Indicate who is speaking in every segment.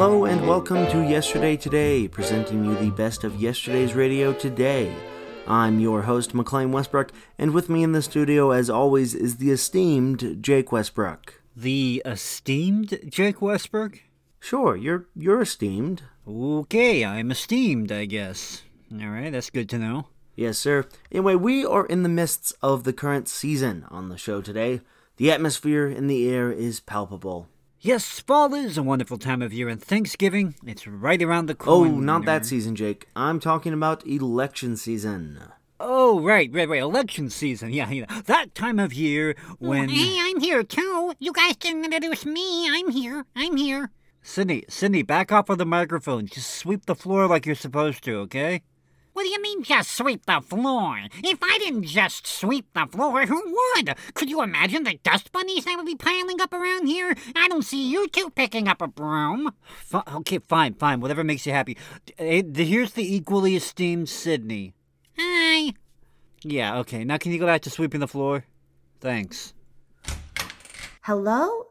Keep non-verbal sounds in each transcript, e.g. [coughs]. Speaker 1: Welcome to Yesterday Today, presenting you the best of yesterday's radio today. I'm your host, McLean Westbrook, and with me in the studio, as always, is the esteemed Jake Westbrook.
Speaker 2: The esteemed Jake Westbrook?
Speaker 1: Sure, you're you're esteemed.
Speaker 2: Okay, I'm esteemed, I guess. All right, that's good to know.
Speaker 1: Yes, sir. Anyway, we are in the midst of the current season on the show today. The atmosphere in the air is palpable.
Speaker 2: Yes, fall is a wonderful time of year, and Thanksgiving, it's right around the
Speaker 1: Oh,
Speaker 2: corner.
Speaker 1: not that season, Jake. I'm talking about election season.
Speaker 2: Oh, right, right, right. Election season. [laughs] Yeah, yeah. That time of year when.
Speaker 3: Hey, I'm here too. You guys didn't introduce me. I'm here. I'm here.
Speaker 2: Sydney, Sydney, back off of the microphone. Just sweep the floor like you're supposed to, okay?
Speaker 3: What do you mean just sweep the floor? If I didn't just sweep the floor, who would? Could you imagine the dust bunnies that would be piling up around here? I don't see you two picking up a broom.
Speaker 2: Fi okay, fine, fine. Whatever makes you happy. Eh, Here's the equally esteemed Sydney.
Speaker 3: Hi.
Speaker 2: Yeah, okay. Now can you go back to sweeping the floor? Thanks.
Speaker 4: Hello?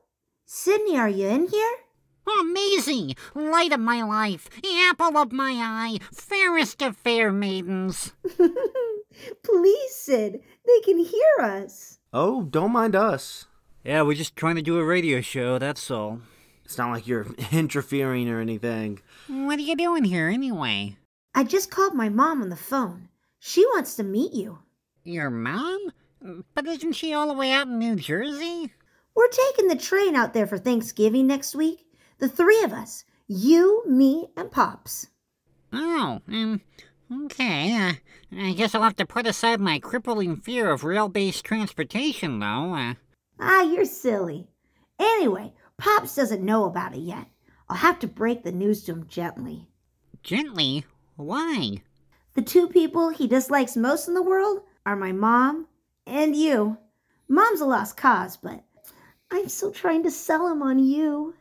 Speaker 4: Sydney, are you in here?
Speaker 3: Amazing! Light of my life, apple of my eye, fairest of fair
Speaker 4: [laughs]
Speaker 3: maidens.
Speaker 4: Please, Sid, they can hear us.
Speaker 1: Oh, don't mind us.
Speaker 2: Yeah, we're just trying to do a radio show, that's all.
Speaker 1: It's not like you're [laughs] interfering or anything.
Speaker 3: What are you doing here anyway?
Speaker 4: I just called my mom on the phone. She wants to meet you.
Speaker 3: Your mom? But isn't she all the way out in New Jersey?
Speaker 4: We're taking the train out there for Thanksgiving next week. The three of us you, me, and Pops.
Speaker 3: Oh, um, okay. Uh, I guess I'll have to put aside my crippling fear of rail based transportation, though. Uh,
Speaker 4: Ah, you're silly. Anyway, Pops doesn't know about it yet. I'll have to break the news to him gently.
Speaker 3: gently. Why?
Speaker 4: The two people he dislikes most in the world are my mom and you. Mom's a lost cause, but I'm still trying to sell him on you.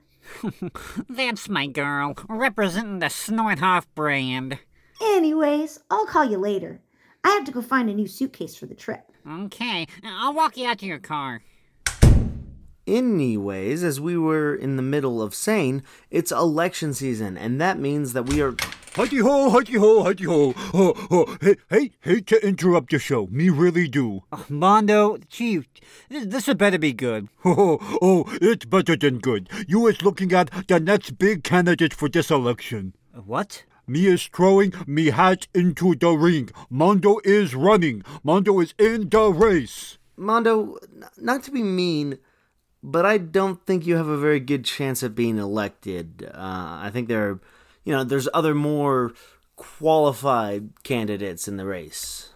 Speaker 3: That's my girl, representing the Snorthoff brand.
Speaker 4: Anyways, I'll call you later. I have to go find a new suitcase for the trip.
Speaker 3: Okay, I'll walk you out to your car.
Speaker 1: Anyways, as we were in the middle of saying, it's election season, and that means that we are.
Speaker 5: Huddy ho, huddy ho, huddy ho. Oh, oh, hey, hey, hate to interrupt your show. Me really do.
Speaker 2: Oh, Mondo, gee, this, this had better be good. [laughs]
Speaker 5: Oh, oh, it's better than good. You is looking at the next big candidate for this election.
Speaker 2: Uh, What?
Speaker 5: Me is throwing me hat into the ring. Mondo is running. Mondo is in the race.
Speaker 1: Mondo, n- not to be mean, but I don't think you have a very good chance at being elected. Uh, I think there are, you know, there's other more qualified candidates in the race.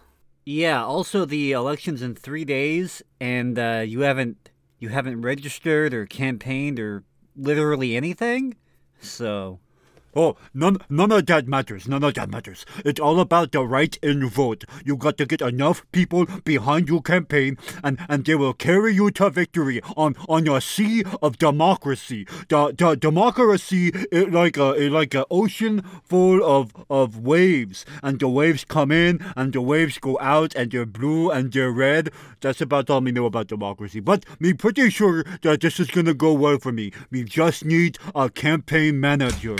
Speaker 2: Yeah, also the election's in three days, and uh, you haven't you haven't registered or campaigned or literally anything. So
Speaker 5: Oh, none, none of that matters. None of that matters. It's all about the right in vote. You got to get enough people behind your campaign, and, and they will carry you to victory on on your sea of democracy. The, the democracy is like a is like an ocean full of of waves, and the waves come in and the waves go out, and they're blue and they're red. That's about all we know about democracy. But me pretty sure that this is gonna go well for me. We just need a campaign manager.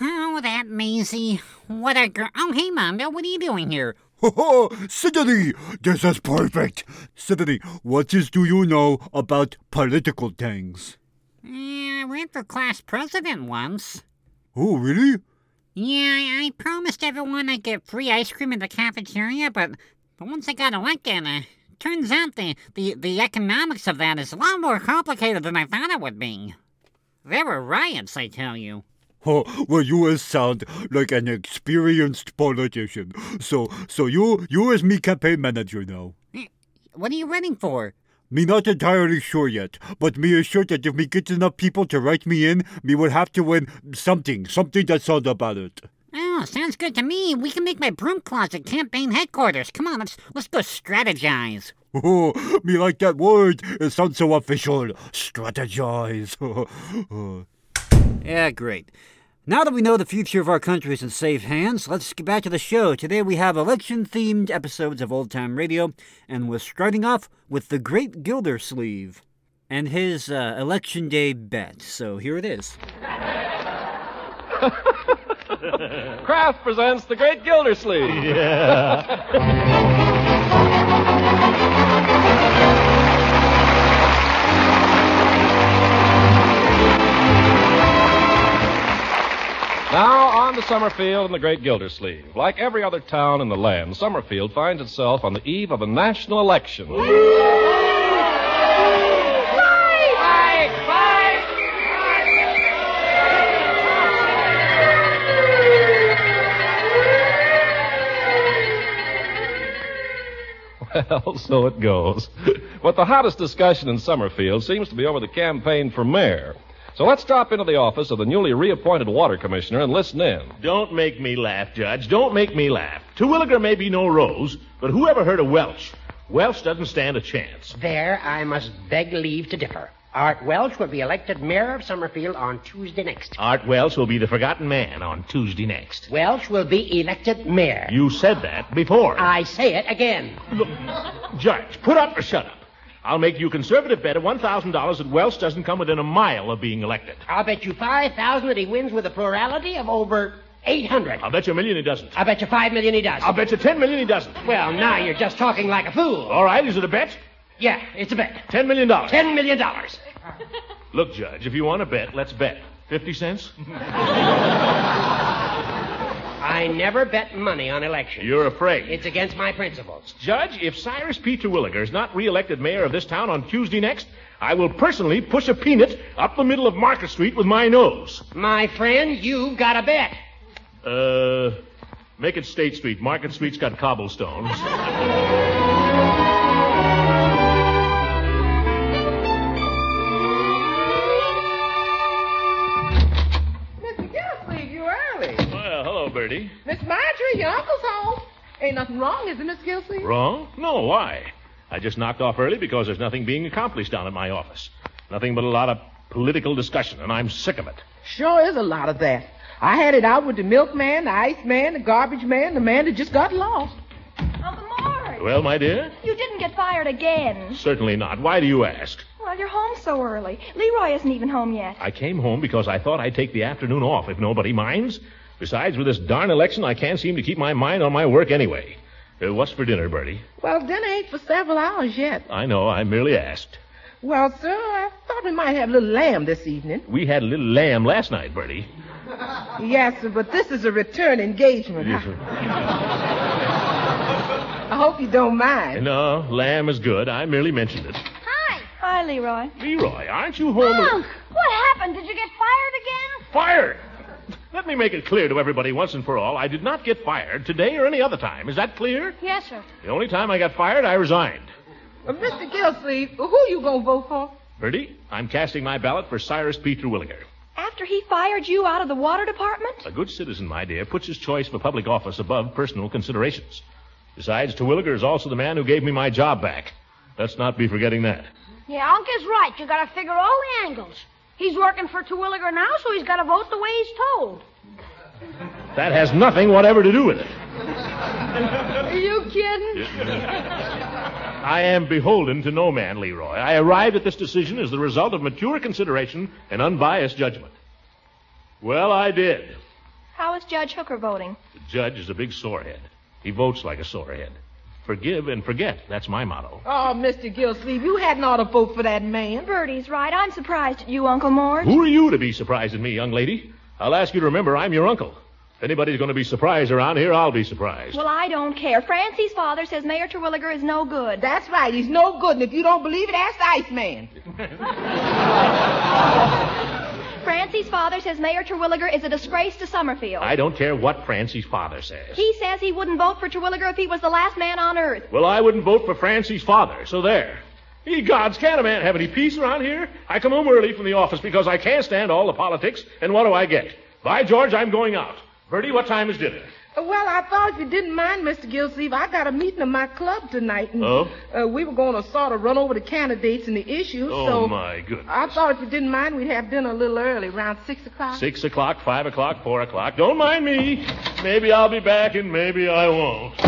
Speaker 3: Oh, that Maisie. What a girl. Oh, hey, Mondo, what are you doing here?
Speaker 5: Oh, Sydney, this is perfect. Sydney, what is do you know about political things?
Speaker 3: Eh, I ran for class president once.
Speaker 5: Oh, really?
Speaker 3: Yeah, I I promised everyone I'd get free ice cream in the cafeteria, but, but once I got elected, uh, turns out the, the, the economics of that is a lot more complicated than I thought it would be. There were riots, I tell you.
Speaker 5: Oh, well, you is sound like an experienced politician. So, so you, you is me campaign manager now.
Speaker 3: What are you running for?
Speaker 5: Me not entirely sure yet, but me is sure that if me get enough people to write me in, me will have to win something, something that's all about it.
Speaker 3: Oh, sounds good to me. We can make my broom closet campaign headquarters. Come on, let's let's go strategize.
Speaker 5: Oh, me like that word. It sounds so official. Strategize. [laughs] Oh.
Speaker 2: yeah, great. Now that we know the future of our country is in safe hands, let's get back to the show. Today we have election-themed episodes of Old Time Radio, and we're starting off with the Great Gildersleeve and his uh, election day bet. So here it is.
Speaker 6: Kraft presents The Great Gildersleeve. Now on to Summerfield and the Great Gildersleeve. Like every other town in the land, Summerfield finds itself on the eve of a national election. Well, so it goes. But the hottest discussion in Summerfield seems to be over the campaign for mayor. So let's drop into the office of the newly reappointed water commissioner and listen in.
Speaker 7: Don't make me laugh, Judge. Don't make me laugh. Terwilliger may be no rose, but who ever heard of Welch? Welch doesn't stand a chance.
Speaker 8: There, I must beg leave to differ. Art Welch will be elected mayor of Summerfield on Tuesday next.
Speaker 7: Art Welch will be the forgotten man on Tuesday next.
Speaker 8: Welch will be elected mayor.
Speaker 7: You said that before.
Speaker 8: I say it again.
Speaker 7: Look, Judge, put up or shut up. I'll make you a conservative bet of $1,000 that Welch doesn't come within a mile of being elected.
Speaker 8: I'll bet you 5,000 that he wins with a plurality of over 800.
Speaker 7: I'll bet you a million he doesn't.
Speaker 8: I'll bet you 5 million he does.
Speaker 7: I'll bet you 10 million he doesn't.
Speaker 8: Well, now you're just talking like a fool.
Speaker 7: All right, is it a bet?
Speaker 8: Yeah, it's a bet.
Speaker 7: $10 million.
Speaker 8: $10 million. dollars.
Speaker 7: Look, Judge, if you want to bet, let's bet. 50 cents?
Speaker 8: I never bet money on elections.
Speaker 7: You're afraid.
Speaker 8: It's against my principles.
Speaker 7: Judge, if Cyrus P. Terwilliger is not reelected mayor of this town on Tuesday next, I will personally push a peanut up the middle of Market Street with my nose.
Speaker 8: My friend, you've got a bet.
Speaker 7: Uh, make it State Street. Market Street's got [laughs] cobblestones.
Speaker 9: Mr. Gildersleeve, you early.
Speaker 7: Well, hello, Bertie.
Speaker 9: Miss Marjorie, your uncle's home. Ain't nothing wrong, is it, Miss Gildersleeve?
Speaker 7: Wrong? No, why? I just knocked off early because there's nothing being accomplished down at my office. Nothing but a lot of political discussion, and I'm sick of it.
Speaker 9: Sure is a lot of that. I had it out with the milkman, the ice man, the garbage man, the man that just got lost.
Speaker 10: Uncle Mort,
Speaker 7: Well, my dear?
Speaker 10: you didn't get fired again.
Speaker 7: Certainly not. Why do you ask?
Speaker 10: Well, you're home so early. Leroy isn't even home yet.
Speaker 7: I came home because I thought I'd take the afternoon off, if nobody minds. Besides, with this darn election, I can't seem to keep my mind on my work anyway. Uh, what's for dinner, Bertie?
Speaker 9: Well, dinner ain't for several hours yet.
Speaker 7: I know, I merely asked.
Speaker 9: Well, sir, I thought we might have a little lamb this evening.
Speaker 7: We had a little lamb last night, Bertie.
Speaker 9: Yes, sir, but this is a return engagement. I hope you don't mind.
Speaker 7: No, lamb is good. I merely mentioned it.
Speaker 10: Hi. Hi, Leroy.
Speaker 7: Leroy, aren't you home?
Speaker 10: Unc, what happened? Did you get fired again?
Speaker 7: Fired! Let me make it clear to everybody once and for all I did not get fired today or any other time. Is that clear?
Speaker 10: Yes, sir.
Speaker 7: The only time I got fired, I resigned.
Speaker 9: Uh, Mr. Gildersleeve, who you gonna vote for?
Speaker 7: Bertie, I'm casting my ballot for Cyrus P. Terwilliger.
Speaker 10: After he fired you out of the water department?
Speaker 7: A good citizen, my dear, puts his choice for public office above personal considerations. Besides, Terwilliger is also the man who gave me my job back. Let's not be forgetting that.
Speaker 10: Yeah, Unc is right. You gotta figure all the angles. He's working for Terwilliger now, so he's gotta vote the way he's told.
Speaker 7: That has nothing whatever to do with it.
Speaker 9: Are you kidding?
Speaker 7: I am beholden to no man, Leroy. I arrived at this decision as the result of mature consideration and unbiased judgment. Well, I did.
Speaker 10: How is Judge Hooker voting?
Speaker 7: The judge is a big sorehead. He votes like a sorehead. Forgive and forget. That's my motto.
Speaker 9: Oh, Mr. Gildersleeve, you hadn't ought to vote for that man.
Speaker 10: Bertie's right. I'm surprised at you, Uncle Mort.
Speaker 7: Who are you to be surprised at me, young lady? I'll ask you to remember I'm your uncle. If anybody's going to be surprised around here, I'll be surprised.
Speaker 10: Well, I don't care. Francie's father says Mayor Terwilliger is no good.
Speaker 9: That's right. He's no good, and if you don't believe it, ask the Iceman.
Speaker 10: [laughs] Francie's father says Mayor Terwilliger is a disgrace to Summerfield.
Speaker 7: I don't care what Francie's father says.
Speaker 10: He says he wouldn't vote for Terwilliger if he was the last man on earth.
Speaker 7: Well, I wouldn't vote for Francie's father, so there. Ye gods, can't a man have any peace around here? I come home early from the office because I can't stand all the politics, and what do I get? By George, I'm going out. Bertie, what time is dinner?
Speaker 9: Uh, Well, I thought if you didn't mind, Mr. Gildersleeve, I got a meeting of my club tonight. And,
Speaker 7: Oh?
Speaker 9: Uh, we were going to sort of run over the candidates and the issues, so...
Speaker 7: oh, my goodness.
Speaker 9: I thought if you didn't mind, we'd have dinner a little early, around 6 o'clock.
Speaker 7: Six o'clock, five o'clock, four o'clock. Don't mind me. Maybe I'll be back and maybe I won't.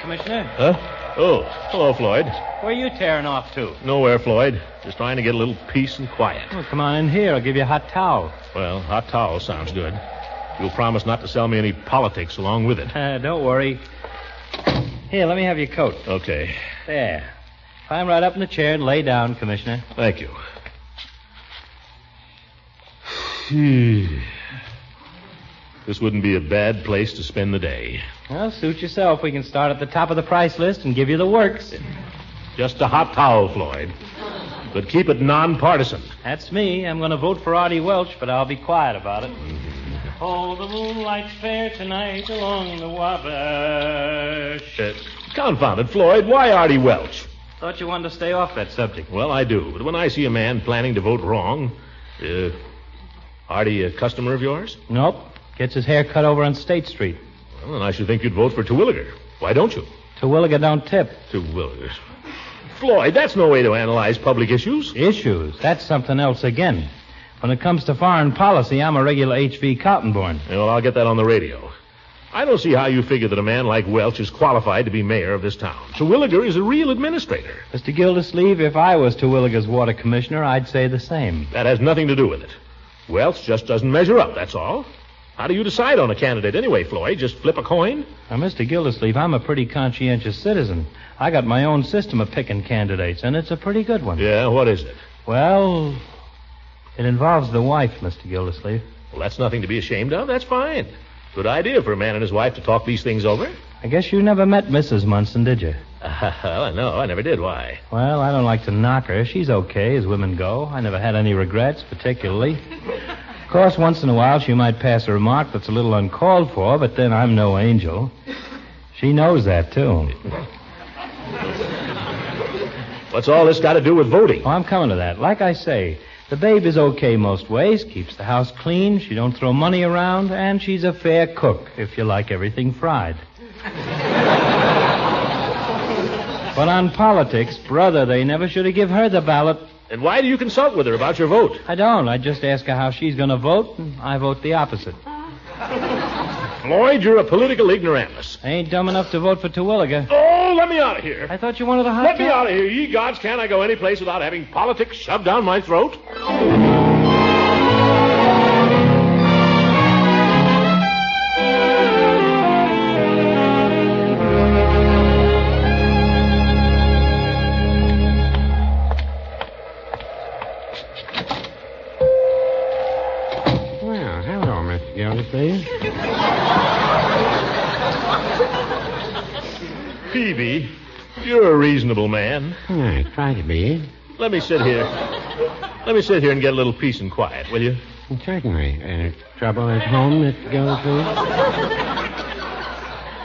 Speaker 11: Commissioner.
Speaker 7: Huh? Oh, hello, Floyd.
Speaker 11: Where are you tearing off to?
Speaker 7: Nowhere, Floyd. Just trying to get a little peace and quiet.
Speaker 11: Well, come on in here. I'll give you a hot towel.
Speaker 7: Well, hot towel sounds good. You'll promise not to sell me any politics along with it.
Speaker 11: [laughs] Uh, don't worry. Here, let me have your coat.
Speaker 7: Okay.
Speaker 11: There. Climb right up in the chair and lay down, Commissioner.
Speaker 7: Thank you. [sighs] This wouldn't be a bad place to spend the day.
Speaker 11: Well, suit yourself. We can start at the top of the price list and give you the works.
Speaker 7: Just a hot towel, Floyd. But keep it nonpartisan.
Speaker 11: That's me. I'm going to vote for Artie Welch, but I'll be quiet about it.
Speaker 7: Mm-hmm.
Speaker 11: Oh, the moonlight's fair tonight along the Wabash.
Speaker 7: Uh, confound it, Floyd. Why Artie Welch?
Speaker 11: Thought you wanted to stay off that subject.
Speaker 7: Well, I do. But when I see a man planning to vote wrong, uh, Artie a customer of yours?
Speaker 11: Nope. Gets his hair cut over on State Street.
Speaker 7: Well, then I should think you'd vote for Terwilliger. Why don't you?
Speaker 11: Terwilliger don't tip.
Speaker 7: Terwilliger. Floyd, that's no way to analyze public issues.
Speaker 11: Issues. That's something else again. When it comes to foreign policy, I'm a regular H.V. Cottonborn.
Speaker 7: Yeah, well, I'll get that on the radio. I don't see how you figure that a man like Welch is qualified to be mayor of this town. Terwilliger is a real administrator.
Speaker 11: Mr. Gildersleeve, if I was Terwilliger's water commissioner, I'd say the same.
Speaker 7: That has nothing to do with it. Welch just doesn't measure up, that's all. How do you decide on a candidate anyway, Floyd? Just flip a coin?
Speaker 11: Now, Mr. Gildersleeve, I'm a pretty conscientious citizen. I got my own system of picking candidates, and it's a pretty good one.
Speaker 7: Yeah, what is it?
Speaker 11: Well, it involves the wife, Mr. Gildersleeve.
Speaker 7: Well, that's nothing to be ashamed of. That's fine. Good idea for a man and his wife to talk these things over. [laughs]
Speaker 11: I guess you never met Mrs. Munson, did you?
Speaker 7: Uh, no, I never did. Why?
Speaker 11: Well, I don't like to knock her. She's okay as women go. I never had any regrets, particularly. of course, once in a while she might pass a remark that's a little uncalled for, but then I'm no angel. She knows that, too.
Speaker 7: What's all this got to do with voting?
Speaker 11: Oh, I'm coming to that. Like I say, the babe is okay most ways, keeps the house clean, she don't throw money around, and she's a fair cook, if you like everything fried. but on politics, brother, they never should have give her the ballot.
Speaker 7: And why do you consult with her about your vote?
Speaker 11: I don't. I just ask her how she's going to vote, and I vote the opposite.
Speaker 7: Lloyd, you're a political ignoramus.
Speaker 11: I ain't dumb enough to vote for Terwilliger.
Speaker 7: Oh, let me out of here.
Speaker 11: I thought you wanted a hot
Speaker 7: Let me
Speaker 11: towel.
Speaker 7: out of here. Ye gods, can't I go any place without having politics shoved down my throat?
Speaker 12: Well, hello, Mr. Gildersleeve.
Speaker 7: Peavy, you're a reasonable man.
Speaker 12: I try to be.
Speaker 7: Let me sit here. Let me sit here and get a little peace and quiet, will you?
Speaker 12: Certainly. Uh, trouble at home, Mr. Gildersleeve?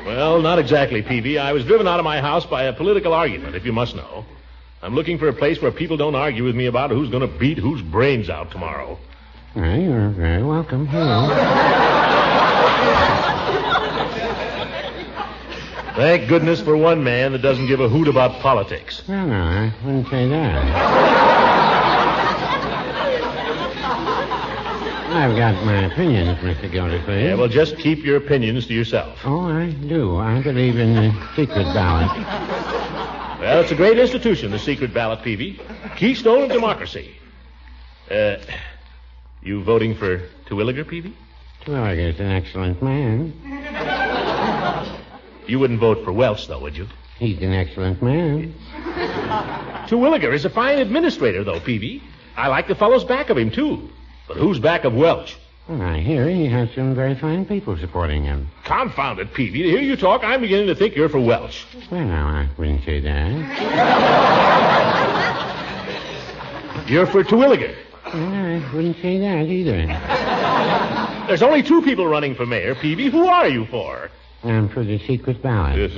Speaker 7: Well, not exactly, Peavy. I was driven out of my house by a political argument, if you must know. I'm looking for a place where people don't argue with me about who's going to beat whose brains out tomorrow.
Speaker 12: Well, you're very welcome. Hello.
Speaker 7: Thank goodness for one man that doesn't give a hoot about politics.
Speaker 12: Well, no, I wouldn't say that. I've got my opinions, Mr. Gildersleeve.
Speaker 7: Yeah, well, just keep your opinions to yourself.
Speaker 12: Oh, I do. I believe in the secret ballot.
Speaker 7: Well, it's a great institution, the secret ballot, Peavy. Keystone of democracy. Uh, you voting for Terwilliger, Peavy?
Speaker 12: Terwilliger's an excellent man.
Speaker 7: You wouldn't vote for Welch, though, would you?
Speaker 12: He's an excellent man.
Speaker 7: Terwilliger is a fine administrator, though, Peavy. I like the fellows back of him, too. But who's back of Welch?
Speaker 12: Well, I hear he has some very fine people supporting him.
Speaker 7: Confound it, Peavy. To hear you talk, I'm beginning to think you're for Welch.
Speaker 12: Well, eh? no, I wouldn't say that.
Speaker 7: You're for Terwilliger.
Speaker 12: Well, I wouldn't say that either.
Speaker 7: There's only two people running for mayor, Peavy. Who are you for?
Speaker 12: I'm Um, for the secret ballot.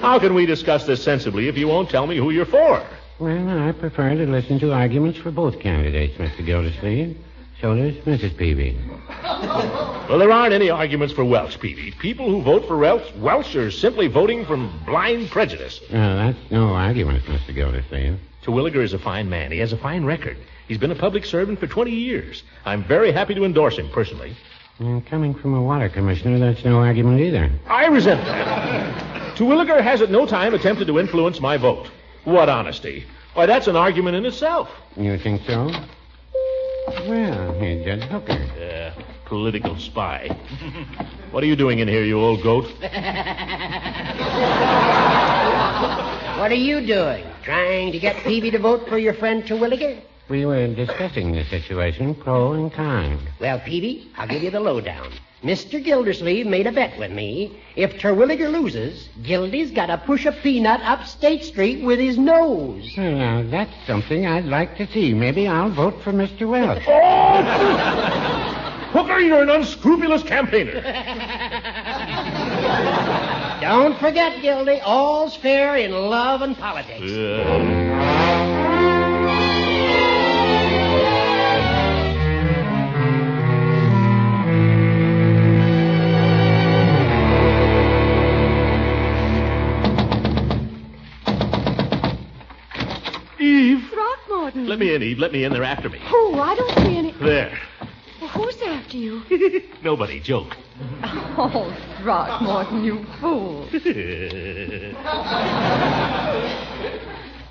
Speaker 7: How can we discuss this sensibly if you won't tell me who you're for?
Speaker 12: Well, I prefer to listen to arguments for both candidates, Mr. Gildersleeve. So does Mrs. Peavy.
Speaker 7: Well, there aren't any arguments for Welch, Peavy. People who vote for Welch, Welch are simply voting from blind prejudice.
Speaker 12: Well, that's no argument, Mr. Gildersleeve.
Speaker 7: Terwilliger is a fine man. He has a fine record. He's been a public servant for 20 years. I'm very happy to endorse him personally.
Speaker 12: Uh, coming from a water commissioner, that's no argument either.
Speaker 7: I resent that. Terwilliger has at no time attempted to influence my vote. What honesty. Why, that's an argument in itself.
Speaker 12: You think so? Well, here, Judge Hooker.
Speaker 7: Yeah, Uh, political spy. What are you doing in here, you old goat?
Speaker 8: What are you doing? Trying to get Peavy to vote for your friend Terwilliger?
Speaker 12: We were discussing the situation, pro and con.
Speaker 8: Well, Peavy, I'll give you the lowdown. Mr. Gildersleeve made a bet with me. If Terwilliger loses, Gildy's got to push a peanut up State Street with his nose.
Speaker 12: Well, now, uh, that's something I'd like to see. Maybe I'll vote for Mr. Welch.
Speaker 7: Hooker, you're an unscrupulous campaigner.
Speaker 8: Don't forget, Gildy, all's fair in love and politics.
Speaker 7: Eve,
Speaker 13: Throckmorton.
Speaker 7: let me in, Eve. Let me in. They're after me.
Speaker 13: Who? I don't see any.
Speaker 7: There.
Speaker 13: Well, who's after you?
Speaker 7: Nobody. Joke.
Speaker 13: [laughs] oh, Throckmorton, you fool.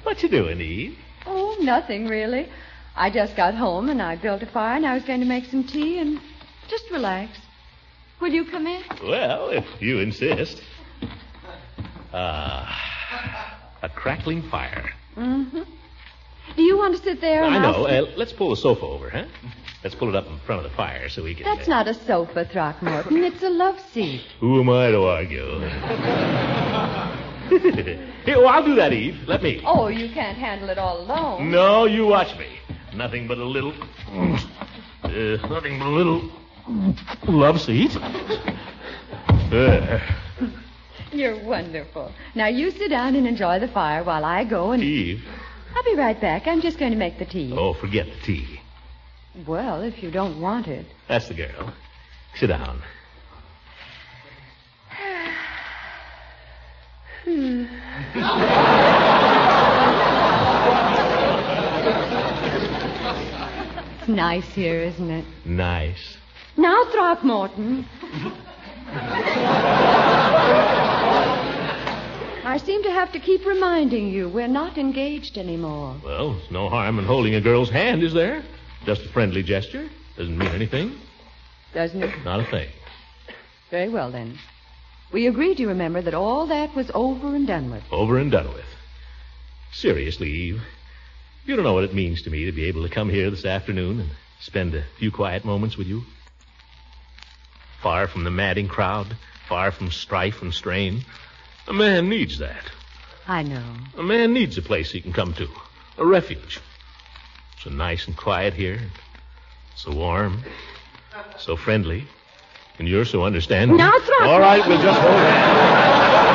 Speaker 7: what you doing, Eve?
Speaker 13: Oh, nothing really. I just got home and I built a fire and I was going to make some tea and just relax. Will you come in?
Speaker 7: Well, if you insist. Ah, a crackling fire.
Speaker 13: Mm-hmm. Do you want to sit there? And
Speaker 7: I
Speaker 13: I'll
Speaker 7: know.
Speaker 13: sit-
Speaker 7: Uh, let's pull the sofa over, huh? Let's pull it up in front of the fire so we can.
Speaker 13: That's not a sofa, Throckmorton. It's a love seat.
Speaker 7: Who am I to argue? [laughs] Here, well, I'll do that, Eve. Let me.
Speaker 13: Oh, you can't handle it all alone.
Speaker 7: No, you watch me. Nothing but a little. Uh, nothing but a little. Love seat. Uh, There.
Speaker 13: You're wonderful. Now you sit down and enjoy the fire while I go and.
Speaker 7: Eve.
Speaker 13: I'll be right back. I'm just going to make the tea.
Speaker 7: Oh, forget the tea.
Speaker 13: Well, if you don't want it.
Speaker 7: That's the girl. Sit down.
Speaker 13: Hmm. it's nice here, isn't it?
Speaker 7: Nice.
Speaker 13: Now, Throckmorton. I seem to have to keep reminding you we're not engaged anymore.
Speaker 7: Well, there's no harm in holding a girl's hand, is there? Just a friendly gesture. Doesn't mean anything.
Speaker 13: Doesn't it?
Speaker 7: Not a thing.
Speaker 13: Very well, then. We agreed, you remember, that all that was over and done with.
Speaker 7: Over and done with. Seriously, Eve. You don't know what it means to me to be able to come here this afternoon and spend a few quiet moments with you. Far from the madding crowd, far from strife and strain. A man needs that.
Speaker 13: I know.
Speaker 7: A man needs a place he can come to, a refuge. So nice and quiet here, so warm, so friendly, and you're so understanding.
Speaker 13: Now, Throckmorton.
Speaker 7: All right, we'll just hold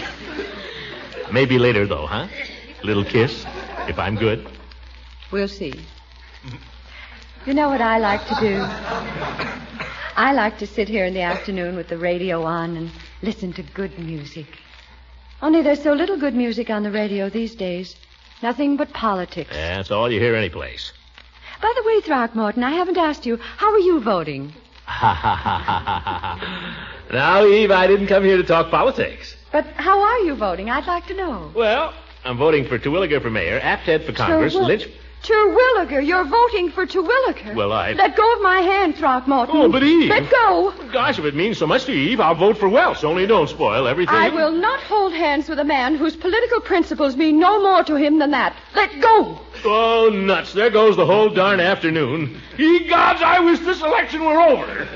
Speaker 7: hands. Maybe later, though, huh? Little kiss, if I'm good.
Speaker 13: We'll see. You know what I like to do? I like to sit here in the afternoon with the radio on and listen to good music. Only there's so little good music on the radio these days. Nothing but politics.
Speaker 7: Yeah, that's all you hear anyplace. [laughs]
Speaker 13: By the way, Throckmorton, I haven't asked you, how are you voting?
Speaker 7: now, Eve, I didn't come here to talk politics.
Speaker 13: But how are you voting? I'd like to know.
Speaker 7: Well, I'm voting for Terwilliger for mayor, Apted for Congress,
Speaker 13: Terwill-
Speaker 7: Lynch.
Speaker 13: Terwilliger, you're voting for Terwilliger.
Speaker 7: Well, I.
Speaker 13: Let go of my hand, Throckmorton.
Speaker 7: Oh, but Eve.
Speaker 13: Let go.
Speaker 7: Gosh, if it means so much to you, Eve, I'll vote for Welsh. Only don't spoil everything.
Speaker 13: I will not hold hands with a man whose political principles mean no more to him than that. Let go.
Speaker 7: Oh, nuts. There goes the whole darn afternoon. Ye gods, I wish this election were over.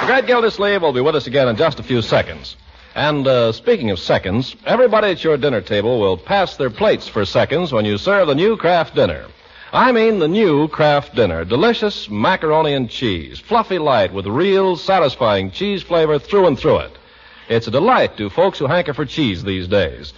Speaker 6: The great Gildersleeve will be with us again in just a few seconds. And uh, speaking of seconds, everybody at your dinner table will pass their plates for seconds when you serve the new Kraft dinner. I mean the new Kraft dinner. Delicious macaroni and cheese, fluffy light with real satisfying cheese flavor through and through it. It's a delight to folks who hanker for cheese these days.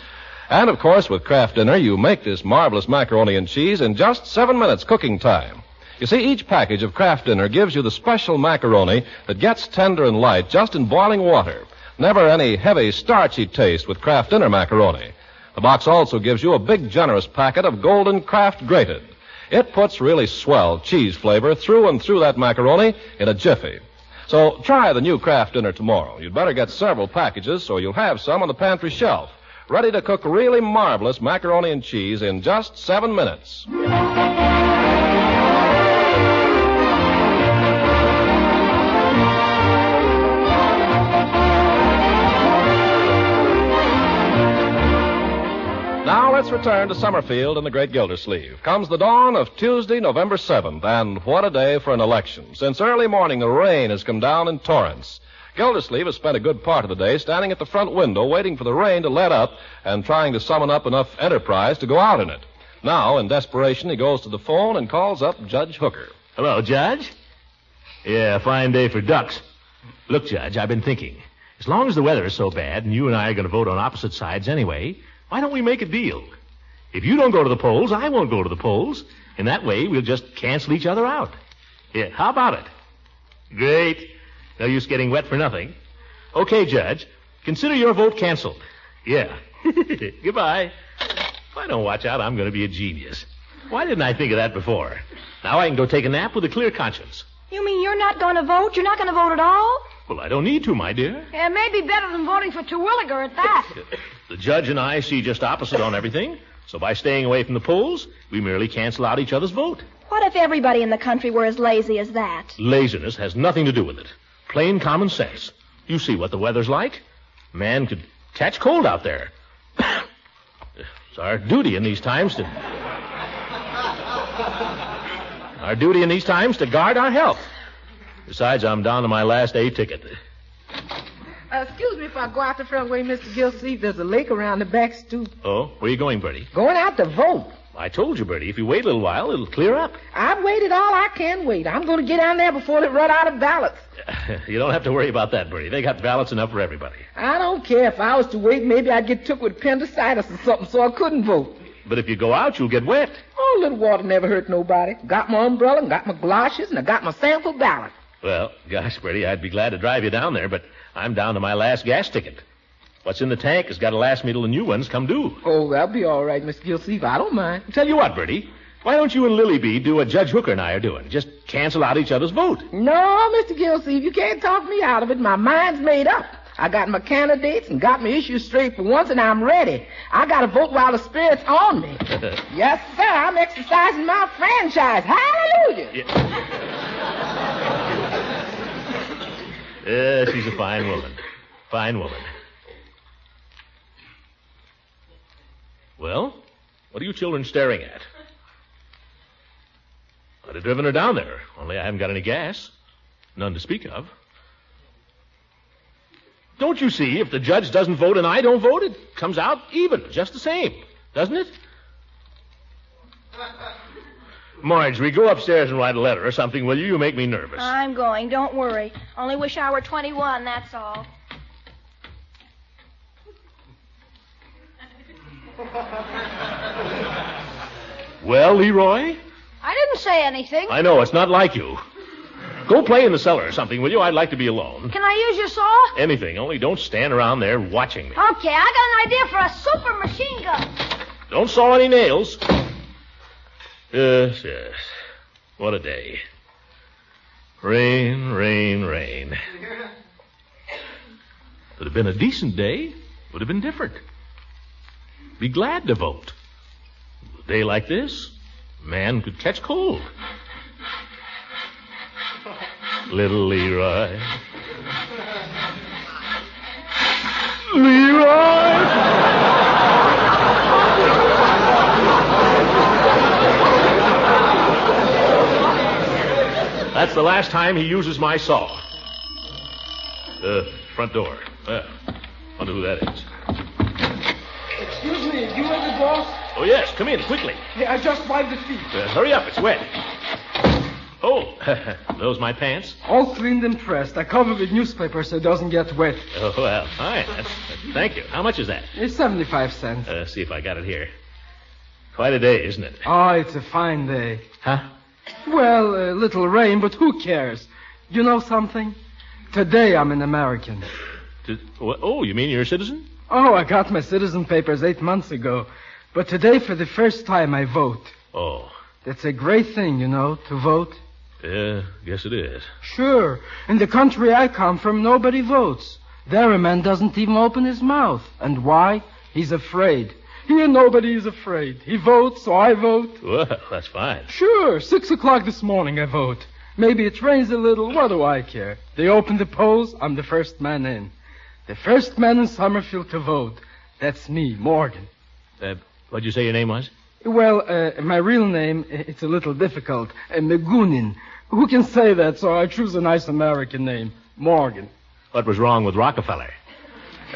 Speaker 6: And of course, with Kraft dinner, you make this marvelous macaroni and cheese in just seven minutes cooking time. You see, each package of Kraft Dinner gives you the special macaroni that gets tender and light just in boiling water. Never any heavy, starchy taste with Kraft Dinner macaroni. The box also gives you a big, generous packet of Golden Kraft Grated. It puts really swell cheese flavor through and through that macaroni in a jiffy. So try the new Kraft Dinner tomorrow. You'd better get several packages so you'll have some on the pantry shelf, ready to cook really marvelous macaroni and cheese in just seven minutes. Now let's return to Summerfield and the Great Gildersleeve. Comes the dawn of Tuesday, November 7th, and what a day for an election. Since early morning, the rain has come down in torrents. Gildersleeve has spent a good part of the day standing at the front window waiting for the rain to let up and trying to summon up enough enterprise to go out in it. Now, in desperation, he goes to the phone and calls up Judge Hooker.
Speaker 7: Hello, Judge. Yeah, fine day for ducks. Look, Judge, I've been thinking. As long as the weather is so bad and you and I are going to vote on opposite sides anyway, why don't we make a deal? If you don't go to the polls, I won't go to the polls. And that way, we'll just cancel each other out. Yeah, how about it? Great. No use getting wet for nothing. Okay, Judge. Consider your vote canceled. Yeah. [laughs] Goodbye. If I don't watch out, I'm going to be a genius. Why didn't I think of that before? Now I can go take a nap with a clear conscience.
Speaker 14: You mean you're not going to vote? You're not going to vote at all?
Speaker 7: Well, I don't need to, my dear.
Speaker 14: It may be better than voting for Terwilliger at that. [laughs]
Speaker 7: The judge and I see just opposite on everything, so by staying away from the polls, we merely cancel out each other's vote.
Speaker 15: What if everybody in the country were as lazy as that?
Speaker 7: Laziness has nothing to do with it. Plain common sense. You see what the weather's like. Man could catch cold out there. [coughs] it's our duty in these times to. [laughs] our duty in these times to guard our health. Besides, I'm down to my last A ticket.
Speaker 9: Uh, excuse me if I go out the front way, Mr. Gilsey. There's a lake around the back stoop.
Speaker 7: Oh, where are you going, Bertie?
Speaker 9: Going out to vote.
Speaker 7: I told you, Bertie, if you wait a little while, it'll clear up. [laughs]
Speaker 9: I've waited all I can wait. I'm going to get down there before they run out of ballots.
Speaker 7: you don't have to worry about that, Bertie. They got ballots enough for everybody.
Speaker 9: I don't care. If I was to wait, maybe I'd get took with appendicitis or something, so I couldn't vote.
Speaker 7: But if you go out, you'll get wet.
Speaker 9: Oh, a little water never hurt nobody. Got my umbrella and got my galoshes and I got my sample ballot.
Speaker 7: Well, gosh, Bertie, I'd be glad to drive you down there, but I'm down to my last gas ticket. What's in the tank has got to last me till the new ones come due.
Speaker 9: Oh, that'll be all right, Mr. Gilsey. I don't mind.
Speaker 7: Tell you what, Bertie, why don't you and Lily B do what Judge Hooker and I are doing? Just cancel out each other's vote.
Speaker 9: No, Mr. Gilsey, you can't talk me out of it. My mind's made up. I got my candidates and got my issues straight for once, and I'm ready. I got to vote while the spirit's on me. yes, sir, I'm exercising my franchise. Hallelujah!
Speaker 7: Yeah, she's a fine woman. Fine woman. Well, what are you children staring at? I'd have driven her down there, only I haven't got any gas. None to speak of. Don't you see? If the judge doesn't vote and I don't vote, it comes out even, just the same, doesn't it? Marjorie, go upstairs and write a letter or something, will you? You make me nervous.
Speaker 14: I'm going. Don't worry. Only wish I were 21, that's all.
Speaker 7: Well, Leroy?
Speaker 14: I didn't say anything.
Speaker 7: I know, it's not like you. Go play in the cellar or something, will you? I'd like to be alone.
Speaker 14: Can I use your saw?
Speaker 7: Anything, only don't stand around there watching me.
Speaker 14: Okay, I got an idea for a super machine gun.
Speaker 7: Don't saw any nails. Yes, yes. What a day. Rain, rain, rain. If it had been a decent day, it would have been different. Be glad to vote. A day like this, a man could catch cold. Little Leroy. That's the last time he uses my saw. Uh, front door. Uh, wonder who that is.
Speaker 9: Excuse me, you in the boss?
Speaker 7: Oh, yes, come in quickly.
Speaker 9: Hey, I just wiped the feet.
Speaker 7: Uh, hurry up, it's wet. Oh, [laughs] those my pants?
Speaker 16: All cleaned and pressed. I covered with newspaper so it doesn't get wet.
Speaker 7: Oh, well, fine. That's, thank you. How much is that?
Speaker 16: It's 75 cents.
Speaker 7: Uh, see if I got it here. Quite a day, isn't it?
Speaker 16: Oh, it's a fine day.
Speaker 7: Huh?
Speaker 16: Well, a little rain, but who cares? You know something? Today I'm an American.
Speaker 7: To- wh- oh, you mean you're a citizen?
Speaker 16: Oh, I got my citizen papers eight months ago. But today, for the first time, I vote.
Speaker 7: Oh,
Speaker 16: That's a great thing, you know, to vote.
Speaker 7: yeah, guess it is.
Speaker 16: Sure. In the country I come from, nobody votes. There, a man doesn't even open his mouth. And why? He's afraid. Here, nobody is afraid. He votes, so I vote.
Speaker 7: Well, that's fine.
Speaker 16: Sure, six o'clock this morning I vote. Maybe it rains a little, what do I care? They open the polls, I'm the first man in. The first man in Summerfield to vote. That's me, Morgan.
Speaker 7: Uh, what'd you say your name was?
Speaker 16: Well, uh, my real name, i- it's a little difficult. Uh, Megunin. Who can say that, so I choose a nice American name, Morgan.
Speaker 7: What was wrong with Rockefeller?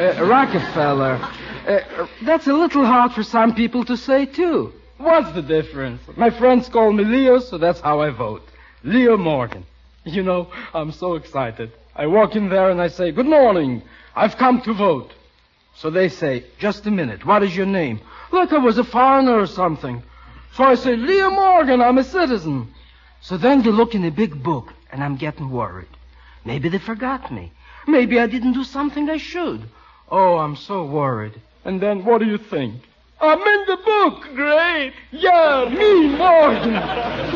Speaker 16: Uh, Rockefeller. Uh, that's a little hard for some people to say, too. What's the difference? My friends call me Leo, so that's how I vote. Leo Morgan. You know, I'm so excited. I walk in there and I say, Good morning. I've come to vote. So they say, Just a minute. What is your name? Like I was a foreigner or something. So I say, Leo Morgan, I'm a citizen. So then they look in the big book, and I'm getting worried. Maybe they forgot me. Maybe I didn't do something I should. Oh, I'm so worried. And then what do you think? [laughs] I'm in the book! Great! Yeah, me, Morgan!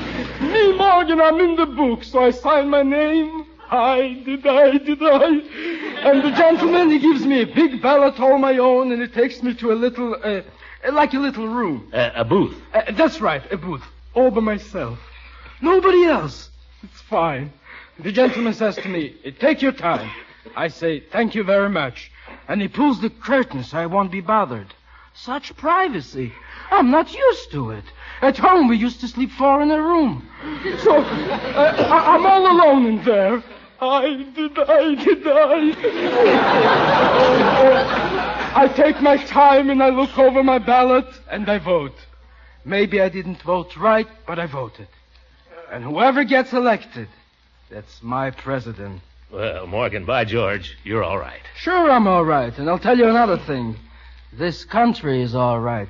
Speaker 16: me, Morgan, I'm in the book, so I sign my name. I did, I did, I. And the gentleman, he gives me a big ballot all my own, and he takes me to a little, uh, like a little room.
Speaker 7: Uh, a booth.
Speaker 16: Uh, that's right, a booth. All by myself. Nobody else. It's fine. The gentleman says to me, "Eh, Take your time. I say, Thank you very much. And he pulls the curtain so I won't be bothered. Such privacy. I'm not used to it. At home, we used to sleep four in a room. So, uh, I- I'm all alone in there. I did, I did, I. I take my time and I look over my ballot and I vote. Maybe I didn't vote right, but I voted. And whoever gets elected, that's my president.
Speaker 7: Well, Morgan, by George, you're all right.
Speaker 16: Sure, I'm all right. And I'll tell you another thing. This country is all right.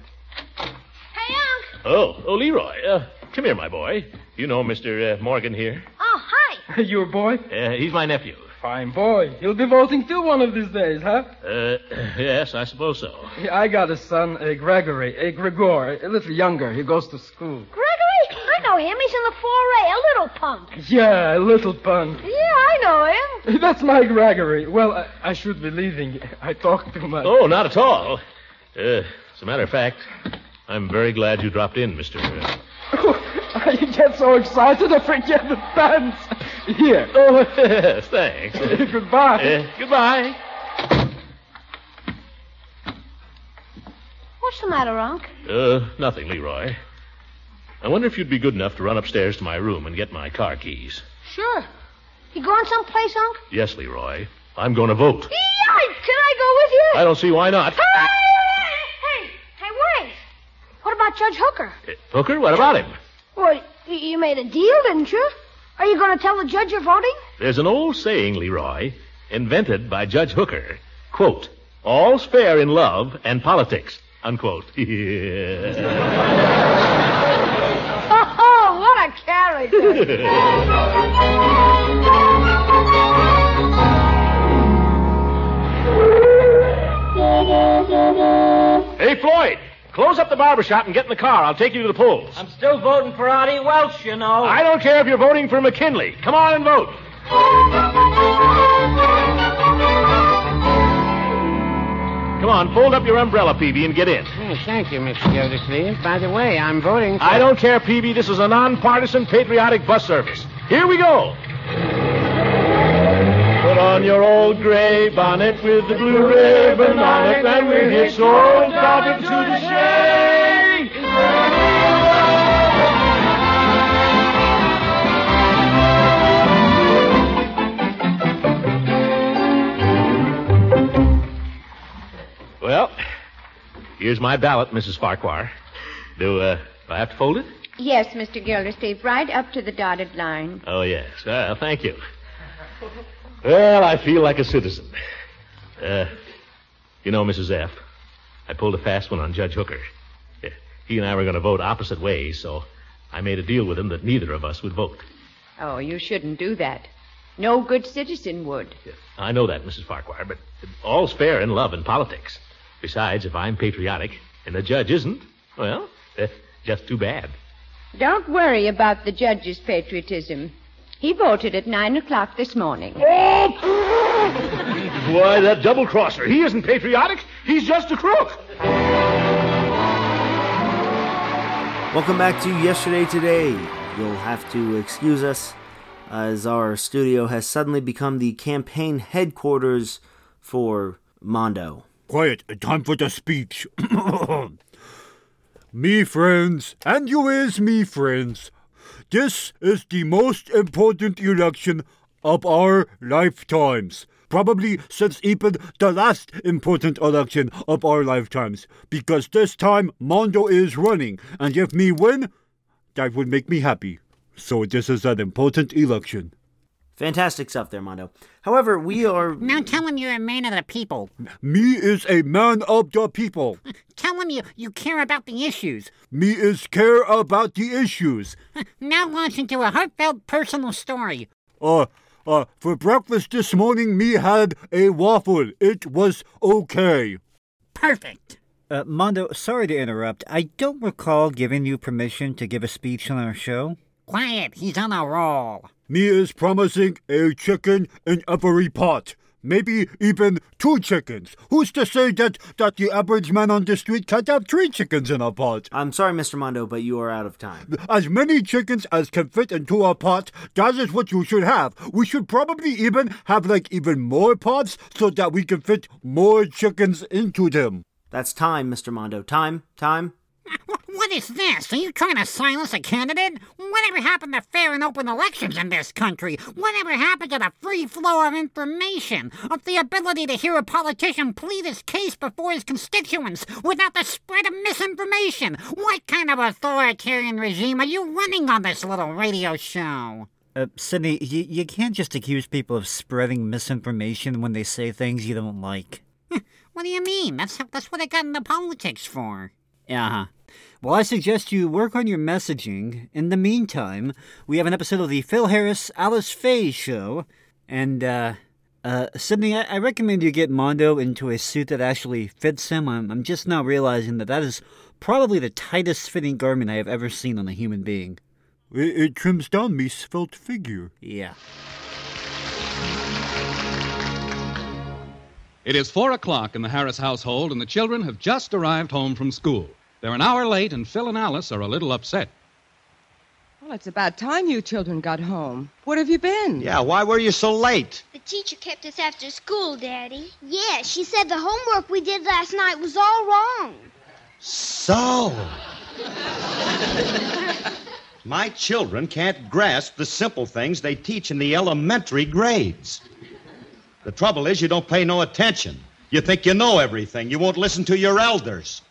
Speaker 7: Oh, oh, Leroy. Uh, come here, my boy. You know Mr. Uh, Morgan here?
Speaker 10: Oh, hi.
Speaker 16: [laughs] Your boy?
Speaker 7: Uh, he's my nephew.
Speaker 16: Fine boy. He'll be voting too one of these days, huh?
Speaker 7: Uh, [clears throat] yes, I suppose so.
Speaker 16: Yeah, I got a son, uh, Gregory, uh, Gregor, a little younger. He goes to school.
Speaker 10: Gregory? I know him. He's in the 4A, a little punk.
Speaker 16: Yeah, a little punk.
Speaker 10: Yeah, I know him.
Speaker 16: [laughs] That's my Gregory. Well, I, I should be leaving. I talk too much. [laughs]
Speaker 7: Oh, not at all. Uh, as a matter of fact, I'm very glad you dropped in, Mr. Uh,
Speaker 16: I get so excited I forget the pants. [laughs] Here.
Speaker 7: Oh, [laughs] yes, thanks. [laughs]
Speaker 16: Goodbye.
Speaker 7: Uh, goodbye.
Speaker 10: What's the matter, Unc?
Speaker 7: Uh, nothing, Leroy. I wonder if you'd be good enough to run upstairs to my room and get my car keys.
Speaker 10: Sure. You going someplace, Unc?
Speaker 7: Yes, Leroy. I'm going to vote.
Speaker 10: Yike! Can I go with you?
Speaker 7: I don't see why not.
Speaker 10: Hey, hey, hey, wait. What about Judge Hooker?
Speaker 7: Eh. Hooker, what about him?
Speaker 10: Well, y- you made a deal, didn't you? Are you going to tell the judge you're voting?
Speaker 7: There's an old saying, Leroy, invented by Judge Hooker. Quote, all's fair in love and politics, unquote. [laughs]
Speaker 10: Oh, what a character.
Speaker 7: hey, Floyd, close up the barber shop and get in the car. I'll take you to the polls.
Speaker 17: I'm still voting for Artie Welch, you know.
Speaker 7: I don't care if you're voting for McKinley. Come on and vote. Come on, fold up your umbrella, Peavy, and get in.
Speaker 12: Yes, thank you, Mr. Gildersleeve. By the way, I'm voting for...
Speaker 7: I don't care, Peavy. This is a nonpartisan patriotic bus service. Here we go. Put on your old gray bonnet with the blue ribbon on it, and we'll hit so down into the shade. Well, here's my ballot, Mrs. Farquhar. Do, uh, do I have to fold it?
Speaker 13: Yes, Mr. Gildersleeve, right up to the dotted line.
Speaker 7: Oh, yes. Well, thank you. Well, I feel like a citizen. Uh, you know, Mrs. F., Uh, I pulled a fast one on Judge Hooker. Yeah, He and I were going to vote opposite ways, so I made a deal with him that neither of us would vote.
Speaker 13: Oh, you shouldn't do that. No good citizen would.
Speaker 7: I know that, Mrs. Farquhar, but all's fair in love and politics. Besides, if I'm patriotic and the judge isn't, well, eh, just too bad.
Speaker 13: Don't worry about the judge's patriotism. He voted at nine o'clock this morning. Oh,
Speaker 7: Why, that double crosser, he isn't patriotic. He's just a crook.
Speaker 1: Welcome back to Yesterday Today. You'll have to excuse us as our studio has suddenly become the campaign headquarters for Mondo.
Speaker 5: Quiet, time for the speech. [coughs] me friends, and you is me friends. This is the most important election of our lifetimes. Probably since even the last important election of our lifetimes. Because this time Mondo is running, and if me win, that would make me happy. So this is an important election.
Speaker 1: Fantastic stuff there, Mondo. However, we are.
Speaker 3: Now tell him you're a man of the
Speaker 1: [laughs]
Speaker 3: people.
Speaker 5: Me is a man of the people.
Speaker 3: Tell him you, you care about the issues.
Speaker 5: Me is care about the issues.
Speaker 3: Now launch into a heartfelt personal story.
Speaker 5: Uh, uh, for breakfast this morning, me had a waffle. It was okay.
Speaker 3: Perfect.
Speaker 2: Uh, Mondo, sorry to interrupt. I don't recall giving you permission to give a speech on our show.
Speaker 3: Quiet, he's on a roll.
Speaker 5: Me is promising a chicken in every pot. Maybe even two chickens. Who's to say that, that the average man on the street can't have three chickens in a pot?
Speaker 1: I'm sorry, Mr. Mondo, but you are out of time.
Speaker 5: As many chickens as can fit into a pot, that is what you should have. We should probably even have like even more pots so that we can fit more chickens into them.
Speaker 1: That's time, Mr. Mondo. Time, time.
Speaker 3: What is this? Are you trying to silence a candidate? Whatever happened to fair and open elections in this country? Whatever happened to the free flow of information? Of the ability to hear a politician plead his case before his constituents without the spread of misinformation? What kind of authoritarian regime are you running on this little radio show?
Speaker 2: Uh, Sydney, you, you can't just accuse people of spreading misinformation when they say things you don't like.
Speaker 3: What do you mean? That's, that's what I got into politics for.
Speaker 2: Uh huh. Well, I suggest you work on your messaging. In the meantime, we have an episode of the Phil Harris Alice Faye show. And, uh, uh, Sydney, I, I recommend you get Mondo into a suit that actually fits him. I'm, I'm just now realizing that that is probably the tightest fitting garment I have ever seen on a human being.
Speaker 5: It, it trims down me svelte figure.
Speaker 2: Yeah.
Speaker 4: It is four o'clock in the Harris household, and the children have just arrived home from school. They're an hour late, and Phil and Alice are a little upset.
Speaker 18: Well, it's about time you children got home. Where have you been?
Speaker 19: Yeah, why were you so late?
Speaker 20: The teacher kept us after school, Daddy. Yeah, she said the homework we did last night was all wrong.
Speaker 19: So. My children can't grasp the simple things they teach in the elementary grades. The trouble is, you don't pay no attention. You think you know everything. You won't listen to your elders.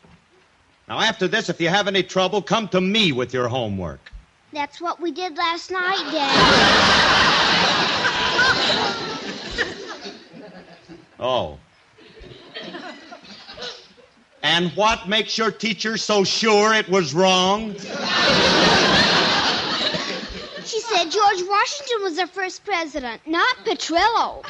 Speaker 19: Now, after this, if you have any trouble, come to me with your homework.
Speaker 20: That's what we did last night, Daddy.
Speaker 19: Oh. And what makes your teacher so sure it was wrong?
Speaker 20: she said George Washington was our first president, not Petrillo.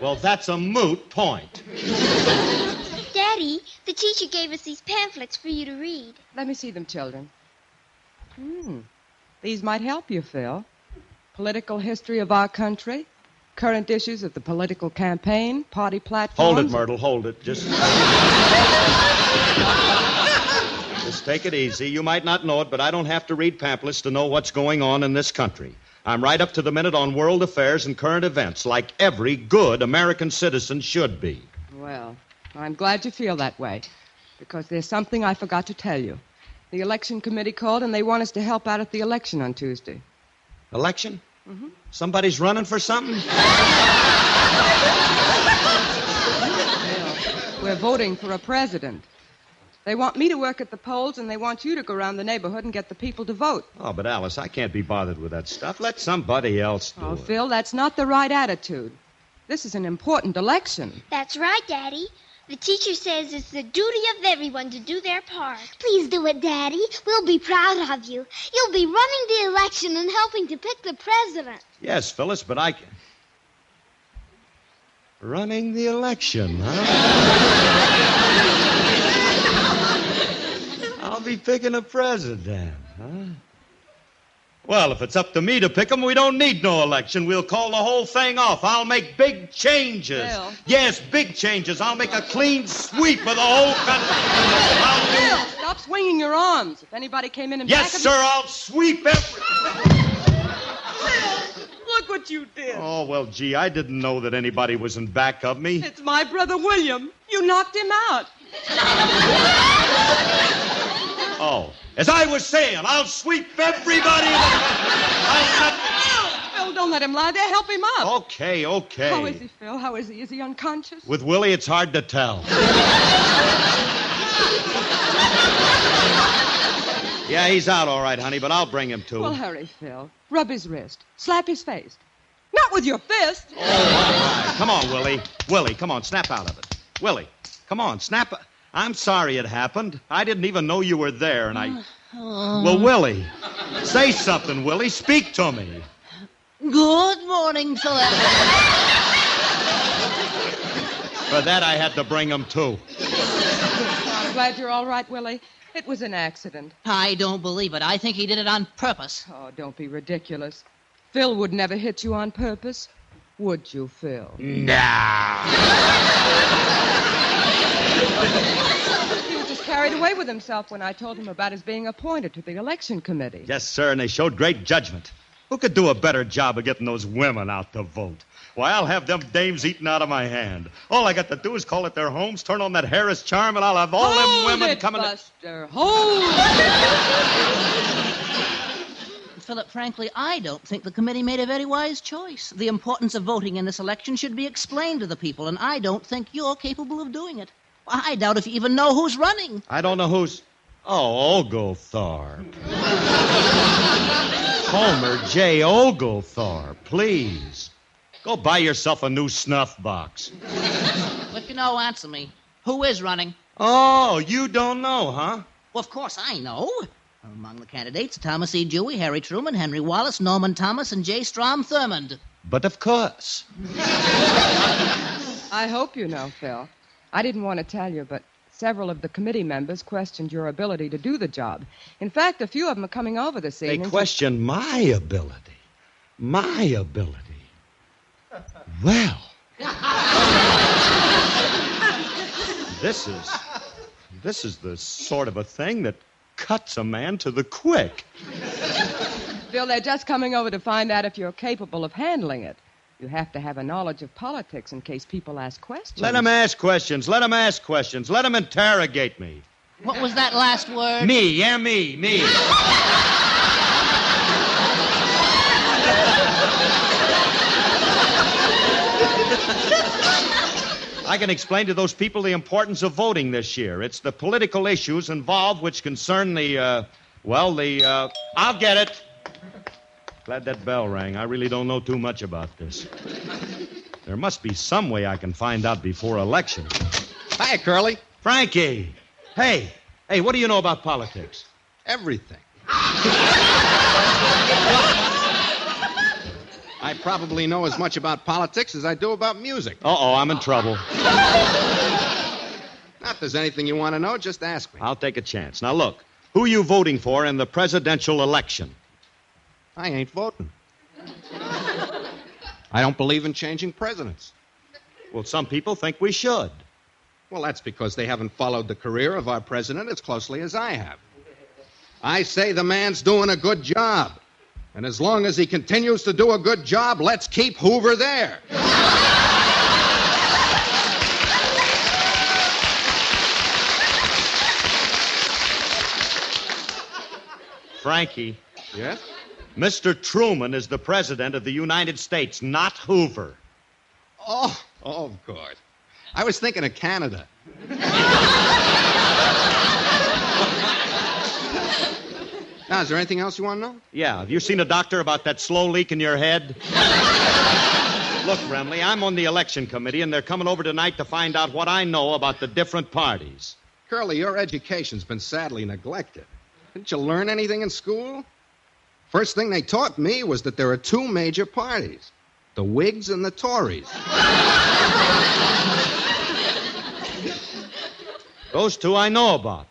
Speaker 19: Well, that's a moot point.
Speaker 20: Daddy, the teacher gave us these pamphlets for you to read.
Speaker 18: Let me see them, children. Hmm. These might help you, Phil. Political history of our country, current issues of the political campaign, party platforms.
Speaker 19: Hold it, Myrtle, hold it. Just. Just take it easy. You might not know it, but I don't have to read pamphlets to know what's going on in this country. I'm right up to the minute on world affairs and current events, like every good American citizen should be.
Speaker 18: Well, I'm glad you feel that way, because there's something I forgot to tell you. The election committee called, and they want us to help out at the election on Tuesday.
Speaker 19: Election? Mm-hmm. Somebody's running for
Speaker 18: [laughs]
Speaker 19: something?
Speaker 18: We're voting for a president. They want me to work at the polls, and they want you to go around the neighborhood and get the people to vote.
Speaker 19: Oh, but Alice, I can't be bothered with that stuff. Let somebody else do
Speaker 18: Oh,
Speaker 19: it.
Speaker 18: Phil, that's not the right attitude. This is an important election.
Speaker 20: That's right, Daddy. The teacher says it's the duty of everyone to do their part. Please do it, Daddy. We'll be proud of you. You'll be running the election and helping to pick the president.
Speaker 19: Yes, Phyllis, but I. ca- Running the election, huh? I'll be picking a president, huh? Well, if it's up to me to pick 'em, we don't need no election. We'll call the whole thing off. I'll make big changes.
Speaker 18: Bill.
Speaker 19: Yes, big changes. I'll make a clean sweep of the whole country. I'll
Speaker 18: Bill, stop swinging your arms. If anybody came in
Speaker 19: do...
Speaker 18: and
Speaker 19: Yes,
Speaker 18: back
Speaker 19: sir, I'll sweep every.
Speaker 18: Look what you did.
Speaker 19: Oh, well, gee, I didn't know that anybody was in back of me.
Speaker 18: It's my brother William. You knocked him out.
Speaker 19: Oh, as I was saying, I'll sweep
Speaker 18: [laughs]
Speaker 19: everybody.
Speaker 18: Phil, don't let him lie there. Help him up.
Speaker 19: Okay, okay.
Speaker 18: How is he, Phil? How is he? Is he unconscious?
Speaker 19: With Willie, it's hard to tell. yeah, he's out all right, honey, but I'll bring him to.
Speaker 18: Well, hurry, Phil. Rub his wrist. Slap his face. Not with your fist.
Speaker 19: Come on, Willie. Willie, come on, snap out of it. Willie, come on, snap. I'm sorry it happened. I didn't even know you were there, and I.
Speaker 18: Uh-huh.
Speaker 21: Uh,
Speaker 19: Well, Willie, say something, Willie. Speak to me.
Speaker 21: Good morning, Philip.
Speaker 19: For that, I had to bring him to.
Speaker 18: I'm glad you're all right, Willie. It was an accident.
Speaker 21: [laughs] I don't believe it. I think he did it on purpose.
Speaker 18: Oh, don't be ridiculous. Phil would never hit you on purpose. Would you, Phil?
Speaker 19: Mm.
Speaker 18: He was just carried away with himself when I told him about his being appointed to the election committee.
Speaker 19: Yes, sir, and they showed great judgment. Who could do a better job of getting those women out to vote? Why, I'll have them dames eaten out of my hand. All I got to do is call at their homes, turn on that Harris charm, and I'll have all them
Speaker 18: Hold
Speaker 19: women
Speaker 18: it,
Speaker 19: coming. To...
Speaker 18: Buster. Hold.
Speaker 21: [laughs] Philip, frankly, I don't think the committee made a very wise choice. The importance of voting in this election should be explained to the people, and I don't think you're capable of doing it. I doubt if you even know who's running.
Speaker 19: I don't know who's. Oh,
Speaker 18: [laughs]
Speaker 19: Oglethorpe. Homer J. Oglethorpe, please. Go buy yourself a new snuff box.
Speaker 21: If you know, answer me. Who is running?
Speaker 19: Oh, you don't know, huh?
Speaker 21: Well, of course I know. Among the candidates, Thomas E. Dewey, Harry Truman, Henry Wallace, Norman Thomas, and J. Strom Thurmond.
Speaker 19: But of course.
Speaker 18: I hope you know, Phil. I didn't want to tell you, but several of the committee members questioned your ability to do the job. In fact, a few of them are coming over this
Speaker 19: They
Speaker 18: evening. to-
Speaker 19: question my ability. My ability. Well, this is this is the sort of a thing that cuts a man to the quick.
Speaker 18: Phil, they're just coming over to find out if you're capable of handling it. You have to have a knowledge of politics in case people ask questions.
Speaker 19: Let 'em ask questions. Let 'em ask questions. Let 'em interrogate me.
Speaker 21: What was that last word?
Speaker 19: Me, yeah, me, me. I can explain to those people the importance of voting this year. It's the political issues involved which concern the, uh, well, the, uh, I'll get it. Glad that bell rang. I really don't know too much about this. There must be some way I can find out before election. Hi, Curly. Frankie. Hey, hey, what do you know about politics? Everything.
Speaker 22: I probably know as much about politics as I do about music.
Speaker 19: Uh oh, I'm in trouble.
Speaker 22: Not there's anything you want to know, just ask me.
Speaker 19: I'll take a chance. Now, look, who you voting for in the presidential election?
Speaker 22: I ain't voting. I don't believe in changing presidents.
Speaker 19: Well, some people think we should.
Speaker 22: Well, that's because they haven't followed the career of our president as closely as I have. I say the man's doing a good job. And as long as he continues to do a good job, let's keep Hoover there.
Speaker 19: Frankie.
Speaker 22: Yes?
Speaker 19: Mr. Truman is the president of the United States, not Hoover.
Speaker 22: Oh, oh, of course. I was thinking of Canada. now, is there anything else you want to know?
Speaker 19: Yeah, have you seen a doctor about that slow leak in your head? [laughs] Look, Remley, I'm on the election committee, and they're coming over tonight to find out what I know about the different parties.
Speaker 22: Curly, your education's been sadly neglected. Didn't you learn anything in school? First thing they taught me was that there are two major parties the Whigs and the Tories.
Speaker 19: Those two I know about.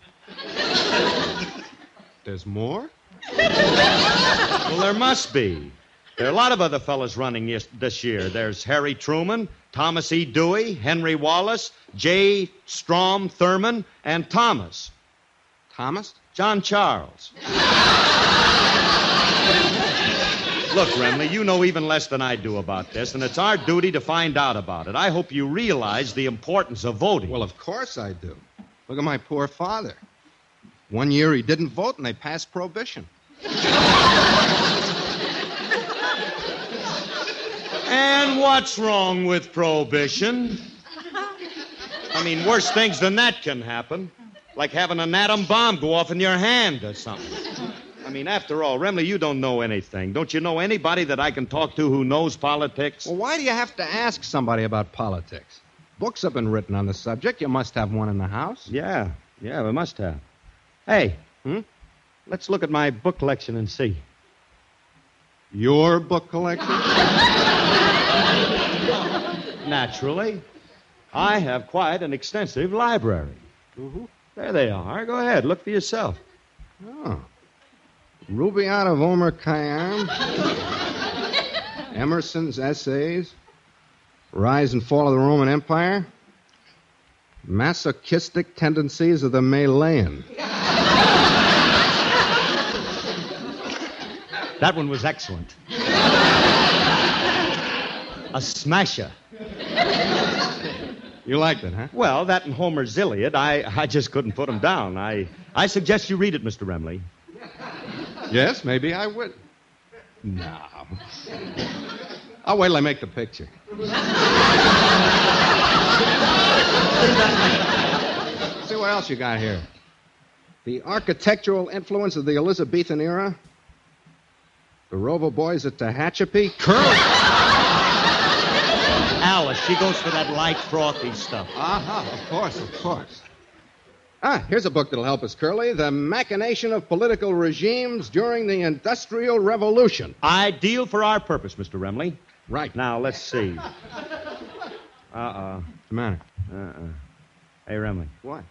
Speaker 22: There's more?
Speaker 19: Well, there must be. There are a lot of other fellas running yes- this year. There's Harry Truman, Thomas E. Dewey, Henry Wallace, J. Strom Thurman, and Thomas.
Speaker 22: Thomas?
Speaker 19: John Charles. Look, Remley, you know even less than I do about this, and it's our duty to find out about it. I hope you realize the importance of voting.
Speaker 22: Well, of course I do. Look at my poor father. One year he didn't vote and they passed prohibition.
Speaker 19: And what's wrong with prohibition? I mean, worse things than that can happen. Like having an atom bomb go off in your hand or something. I mean, after all, Remley, you don't know anything. Don't you know anybody that I can talk to who knows politics?
Speaker 22: Well, why do you have to ask somebody about politics? Books have been written on the subject. You must have one in the house.
Speaker 19: Yeah, yeah, we must have. Hey, hmm? let's look at my book collection and see.
Speaker 22: Your book collection?
Speaker 19: [laughs] Naturally. I have quite an extensive library.
Speaker 22: Mm-hmm.
Speaker 19: There they are. Go ahead, look for yourself.
Speaker 22: Oh. Rubaiyat of Omer Khayyam. Emerson's Essays. Rise and Fall of the Roman Empire. Masochistic Tendencies of the Malayan.
Speaker 19: That one was excellent. [laughs] A smasher.
Speaker 22: You liked it, huh?
Speaker 19: Well, that and Homer's Iliad, I, I just couldn't put them down. I, I suggest you read it, Mr. Remley.
Speaker 22: Yes, maybe I would. No. I'll wait till I make the picture. See what else you got here. The architectural influence of the Elizabethan era. The Rover Boys at Tehachapi. Curly.
Speaker 19: Alice, she goes for that light, frothy stuff.
Speaker 22: Aha, of course, of course. Ah, here's a book that'll help us, Curly. The Machination of Political Regimes During the Industrial Revolution.
Speaker 19: Ideal for our purpose, Mr. Remley.
Speaker 22: Right.
Speaker 19: Now, let's
Speaker 22: [laughs]
Speaker 19: see. Uh-oh. What's
Speaker 22: the matter?
Speaker 19: Uh-uh. Hey, Remley,
Speaker 22: What?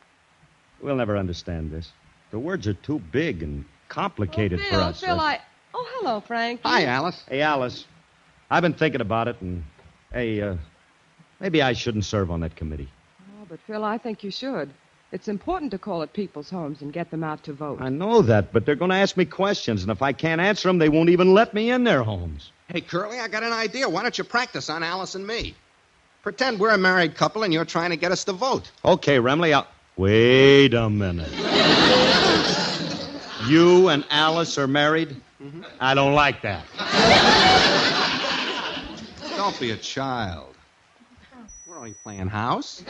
Speaker 19: we'll never understand this. The words are too big and complicated
Speaker 18: Phil,
Speaker 19: for us.
Speaker 18: Phil, I. Oh, hello, Frank.
Speaker 22: Hi, Alice.
Speaker 19: Hey, Alice, I've been thinking about it, and, hey, uh, maybe I shouldn't serve on that committee.
Speaker 18: Oh, but Phil, I think you should. It's important to call at people's homes and get them out to vote.
Speaker 19: I know that, but they're going to ask me questions, and if I can't answer them, they won't even let me in their homes.
Speaker 22: Hey, Curly, I got an idea. Why don't you practice on Alice and me? Pretend we're a married couple and you're trying to get us to vote.
Speaker 19: Okay, Remley, I'll... Wait
Speaker 22: [laughs]
Speaker 19: a minute. you and Alice are married?
Speaker 22: Mm-hmm.
Speaker 19: I don't like that.
Speaker 22: Don't be a child. We're only playing house.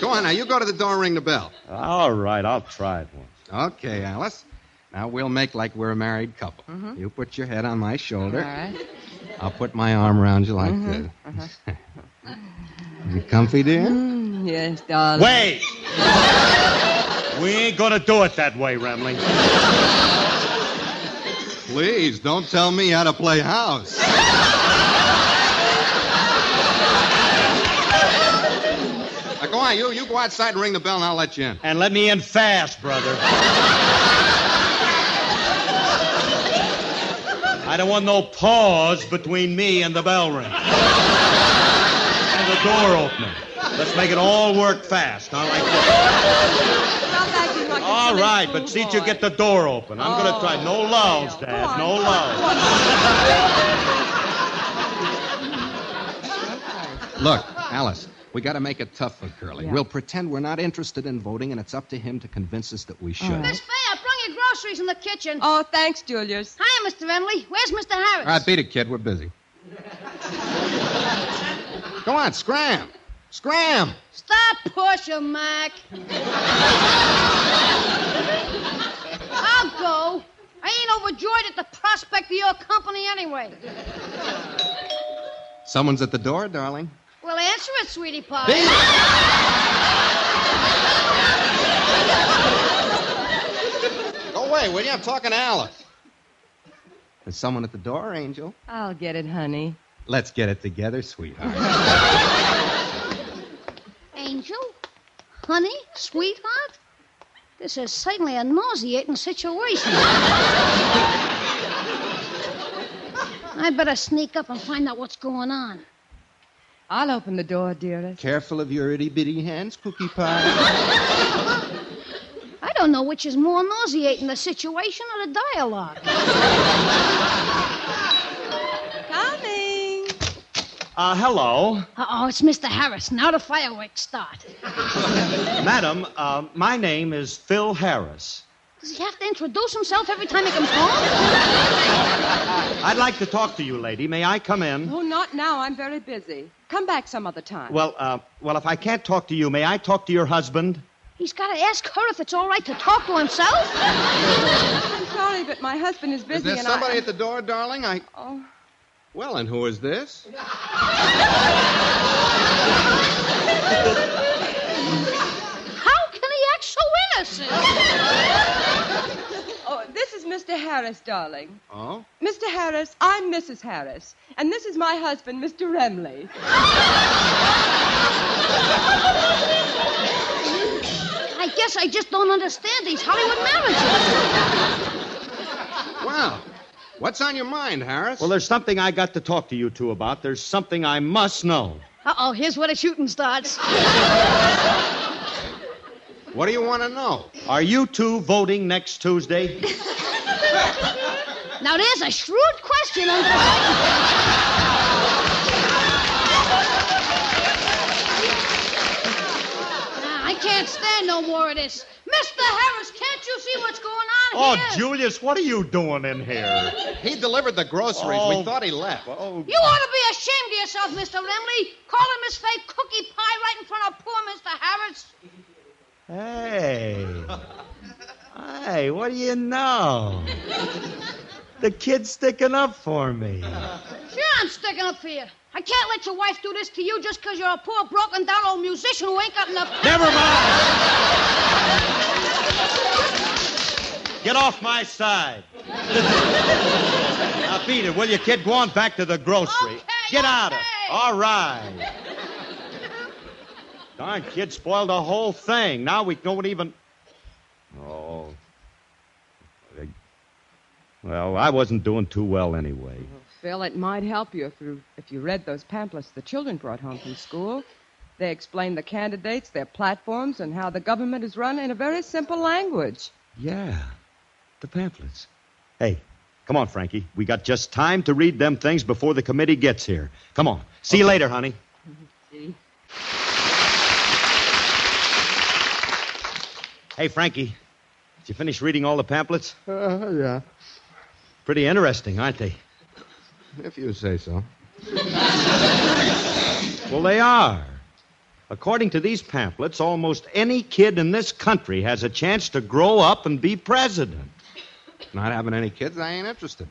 Speaker 22: Go on now, you go to the door and ring the bell.
Speaker 19: All right, I'll try it once.
Speaker 22: Okay, Alice. Now we'll make like we're a married couple. You put your head on my shoulder. I'll put my arm around you like
Speaker 19: Mm-hmm.
Speaker 22: this. you comfy, dear?
Speaker 18: Mm, yes,
Speaker 22: [laughs]
Speaker 18: darling.
Speaker 19: Wait! we ain't going to do it that way, Remley.
Speaker 22: Please, don't tell me how to play house. now, go on, you, you go outside and ring the bell, and I'll let you in.
Speaker 19: And let me in fast, brother. I don't want no pause between me and the bell
Speaker 22: [laughs]
Speaker 19: ring. and the door opener. Let's make it all work fast, not like this.
Speaker 18: Stop acting like a
Speaker 19: All
Speaker 18: silly
Speaker 19: right, but see that you
Speaker 18: schoolboy.
Speaker 19: get the door open. I'm going to try. No louds, Dad. No louds.
Speaker 22: Look, Alice, we got to make it tough for Curly. We'll pretend we're not interested in voting, and it's up to him to convince us that we should. All
Speaker 10: Miss
Speaker 22: right,
Speaker 10: Fay, I brung your groceries in the kitchen.
Speaker 18: Oh, thanks, Julius.
Speaker 10: Hi, Mr. Emily. Where's Mr. Harris?
Speaker 22: beat it, kid. We're busy. go on, scram. Scram!
Speaker 10: Stop pushing, Mac. I'll go. I ain't overjoyed at the prospect of your company anyway.
Speaker 22: Someone's at the door, darling.
Speaker 10: Well, answer it, sweetie pie.
Speaker 22: Go away, will you? I'm talking to Alice. There's someone at the door, Angel.
Speaker 18: I'll get it, honey.
Speaker 22: Let's get it together, sweetheart. [laughs]
Speaker 10: Angel? Honey? Sweetheart? This is certainly a nauseating situation. [laughs] I better sneak up and find out what's going on.
Speaker 18: I'll open the door, dearest.
Speaker 22: Careful of your itty bitty hands, Cookie Pie.
Speaker 10: I don't know which is more nauseating, the situation or the dialogue.
Speaker 18: Coming.
Speaker 19: Uh, hello.
Speaker 10: Uh-oh, it's Mr. Harris. Now the fireworks start.
Speaker 19: Madam, uh, my name is Phil Harris.
Speaker 10: Does he have to introduce himself every time he comes home?
Speaker 19: I'd like to talk to you, lady. May I come in?
Speaker 18: Oh, not now. I'm very busy. Come back some other time.
Speaker 19: Well, uh, well, if I can't talk to you, may I talk to your husband?
Speaker 10: He's got to ask her if it's all right to talk to himself.
Speaker 18: [laughs] I'm sorry, but my husband is busy.
Speaker 22: Is there
Speaker 18: and
Speaker 22: somebody
Speaker 18: I...
Speaker 22: at the door, darling? I.
Speaker 18: Oh. [laughs]
Speaker 22: Well, and who is this?
Speaker 10: How can he act so innocent?
Speaker 18: Oh, this is Mr. Harris, darling.
Speaker 22: Oh?
Speaker 18: Mr. Harris, I'm Mrs. Harris, and this is my husband, Mr. Remley.
Speaker 10: I guess I just don't understand these Hollywood marriages.
Speaker 22: Wow. What's on your mind, Harris?
Speaker 19: Well, there's something I got to talk to you two about. There's something I must know.
Speaker 10: Uh oh, here's where the shooting starts.
Speaker 22: What do you want to know?
Speaker 19: Are you two voting next Tuesday?
Speaker 10: Now there's a shrewd question, Uncle. Nah, I can't stand no more of this. Mr. Harris, can't you see what's going on
Speaker 19: Oh,
Speaker 10: here?
Speaker 19: Julius, what are you doing in here?
Speaker 22: He delivered the groceries.
Speaker 19: Oh.
Speaker 22: We thought he left. Oh.
Speaker 10: You ought to be ashamed of yourself, Mr. Remley, calling Miss Fay cookie pie right in front of poor Mr. Harris.
Speaker 19: Hey. Hey, what do you know? The kid's sticking up for me.
Speaker 10: Sure, I'm sticking up for you. I can't let your wife do this to you just because you're a poor, broken down old musician who ain't got enough.
Speaker 19: Never mind. Get off my side. now, beat it, will you, kid? Go on back to the grocery. Get out of All right. Darn kid spoiled the whole thing. Now we don't even. Oh. They- Well, I wasn't doing too well anyway.
Speaker 18: Phil, it might help you if you if you read those pamphlets the children brought home from school. They explain the candidates, their platforms, and how the government is run in a very simple language.
Speaker 19: Yeah, the pamphlets. Hey, come on, Frankie. We got just time to read them things before the committee gets here. Come on. See you later, honey.
Speaker 18: See?
Speaker 19: Hey, Frankie, did you finish reading all the pamphlets?
Speaker 22: Uh, yeah.
Speaker 19: Pretty interesting, aren't they?
Speaker 22: If you say so.
Speaker 19: Well, they are. According to these pamphlets, almost any kid in this country has a chance to grow up and be president.
Speaker 22: Not having any kids, I ain't interested.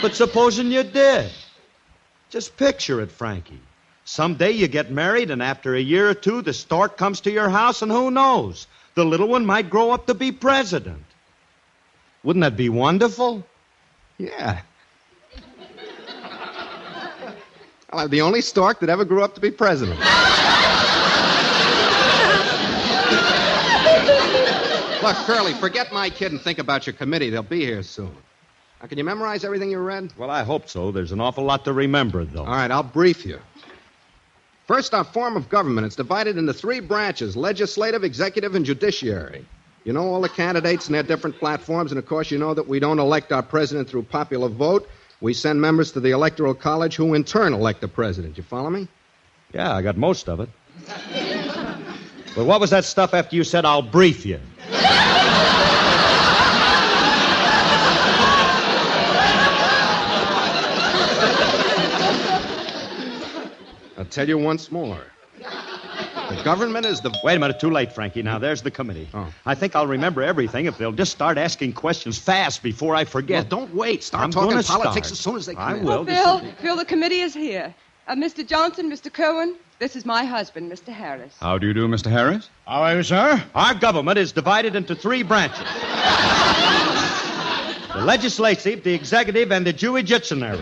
Speaker 19: But supposing you did. Just picture it, Frankie. Someday you get married, and after a year or two, the stork comes to your house, and who knows? The little one might grow up to be president. Wouldn't that be wonderful?
Speaker 22: Yeah. I'll have the only stork that ever grew up to be president. Look, Curly, forget my kid and think about your committee. They'll be here soon. Now, can you memorize everything you read?
Speaker 19: Well, I hope so. There's an awful lot to remember, though.
Speaker 22: All right, I'll brief you. First, our form of government. It's divided into three branches legislative, executive, and judiciary. You know all the candidates and their different platforms, and of course, you know that we don't elect our president through popular vote. We send members to the Electoral College who, in turn, elect the president. You follow me?
Speaker 19: Yeah, I got most of it. but what was that stuff after you said, I'll brief you?
Speaker 22: Now, tell you once more.
Speaker 19: The government is the. Wait a minute, too late, Frankie. Now, there's the committee.
Speaker 22: Oh.
Speaker 19: I think I'll remember everything if they'll just start asking questions fast before I forget.
Speaker 22: Well, don't wait. Start
Speaker 19: I'm
Speaker 22: talking
Speaker 19: gonna
Speaker 22: politics
Speaker 19: start.
Speaker 22: as soon as they come
Speaker 19: I
Speaker 22: in.
Speaker 18: Oh,
Speaker 19: will.
Speaker 13: Well,
Speaker 19: Just-
Speaker 18: Phil, Phil, the committee is here. Uh, Mr. Johnson, Mr. Kerwin, this is my husband, Mr. Harris.
Speaker 19: How do you do, Mr. Harris? How are you, sir? Our government is divided into three branches the legislative, the executive, and the judiciary.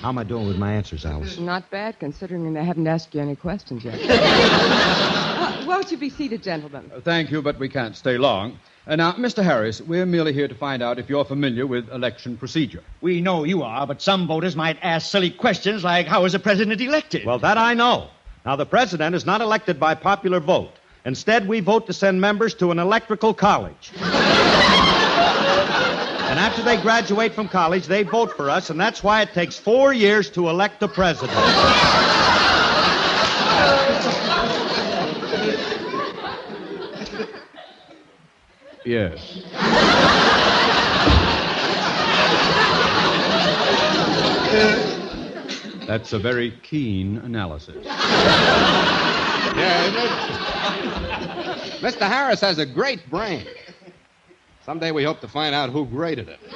Speaker 19: How am I doing with my answers, Alice?
Speaker 18: Not bad, considering I haven't asked you any
Speaker 19: [laughs]
Speaker 18: questions yet. Uh, won't you be seated, gentlemen?
Speaker 4: Uh, Thank you, but we can't stay long. Uh, now, Mr. Harris, we're merely here to find out if you're familiar with election procedure.
Speaker 8: We know you are, but some voters might ask silly questions like, how is the president elected?
Speaker 19: Well, that I know. Now, the president is not elected by popular vote. Instead, we vote to send members to an electrical college. and after they graduate from college, they vote for us, and that's why it takes four years to elect a president.
Speaker 4: Yes. That's a very keen analysis.
Speaker 22: Mr. Harris has a great brain. Someday we hope to find out who graded it.
Speaker 4: [laughs]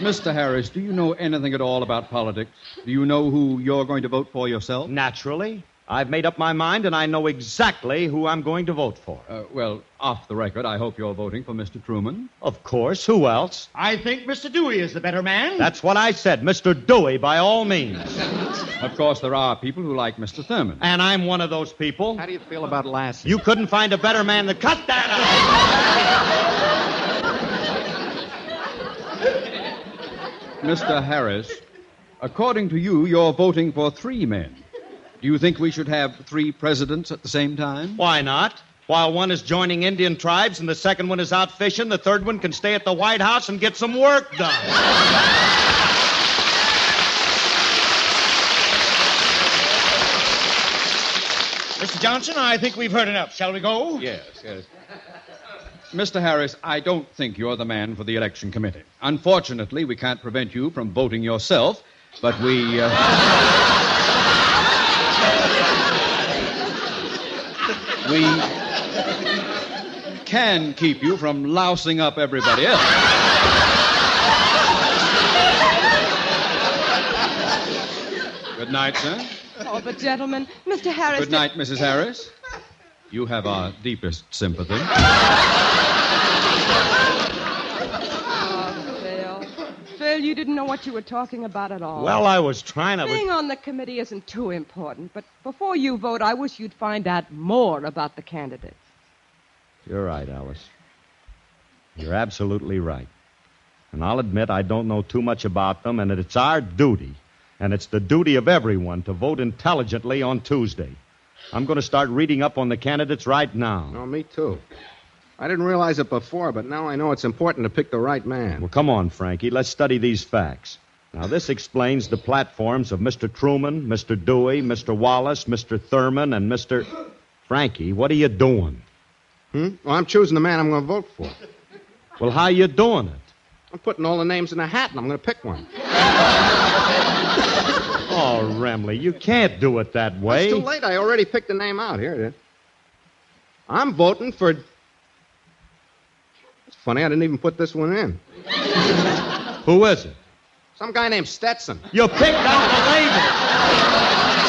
Speaker 4: Mr. Harris, do you know anything at all about politics? Do you know who you're going to vote for yourself?
Speaker 19: Naturally. I've made up my mind, and I know exactly who I'm going to vote for.
Speaker 4: Uh, well, off the record, I hope you're voting for Mr. Truman.
Speaker 19: Of course, who else?
Speaker 8: I think Mr. Dewey is the better man.
Speaker 19: That's what I said, Mr. Dewey, by all means.
Speaker 4: Of course, there are people who like Mr. Thurman.
Speaker 19: And I'm one of those people. How do
Speaker 4: you feel about Lassie?
Speaker 19: You couldn't find a better man than cut that out.
Speaker 4: Mr. Harris, according to you, you're voting for three men. Do you think we should have three presidents at the same time?
Speaker 19: Why not? While one is joining Indian tribes and the second one is out fishing, the third one can stay at the White House and get some work done.
Speaker 8: Mr. Johnson, I think we've heard enough. Shall we go?
Speaker 4: Yes, yes. Mr. Harris, I don't think you're the man for the election committee. Unfortunately, we can't prevent you from voting yourself, but we. Uh, [laughs] we can keep you from lousing up everybody else. Good night, sir.
Speaker 18: Oh, but gentlemen, Mr. Harris.
Speaker 4: Good night, Mrs. Harris. You have our deepest sympathy.
Speaker 18: Oh, Phil. Phil, you didn't know what you were talking about at all.
Speaker 19: Well, I was trying to.
Speaker 18: Being on the committee isn't too important, but before you vote, I wish you'd find out more about the candidates.
Speaker 19: You're right, Alice. You're absolutely right. And I'll admit I don't know too much about them, and that it's our duty, and it's the duty of everyone to vote intelligently on Tuesday. I'm going to start reading up on the candidates right now.
Speaker 22: No, Oh, me too. I didn't realize it before, but now I know it's important to pick the right man.
Speaker 19: Well, come on, Frankie. Let's study these facts. Now, this explains the platforms of Mr. Truman, Mr. Dewey, Mr. Wallace, Mr. Thurman, and Mr. Frankie, what are you doing?
Speaker 22: Hmm? Well, I'm choosing the man I'm going to vote for.
Speaker 19: Well, how you doing it?
Speaker 22: I'm putting all the names in a hat, and I'm going to pick one.
Speaker 19: [laughs] Oh, Remley, you can't do it that way.
Speaker 22: It's too late. I already picked the name out. Here it is. I'm voting for. It's funny, I didn't even put this one in.
Speaker 19: Who is it?
Speaker 22: Some guy named Stetson.
Speaker 19: You picked out the label.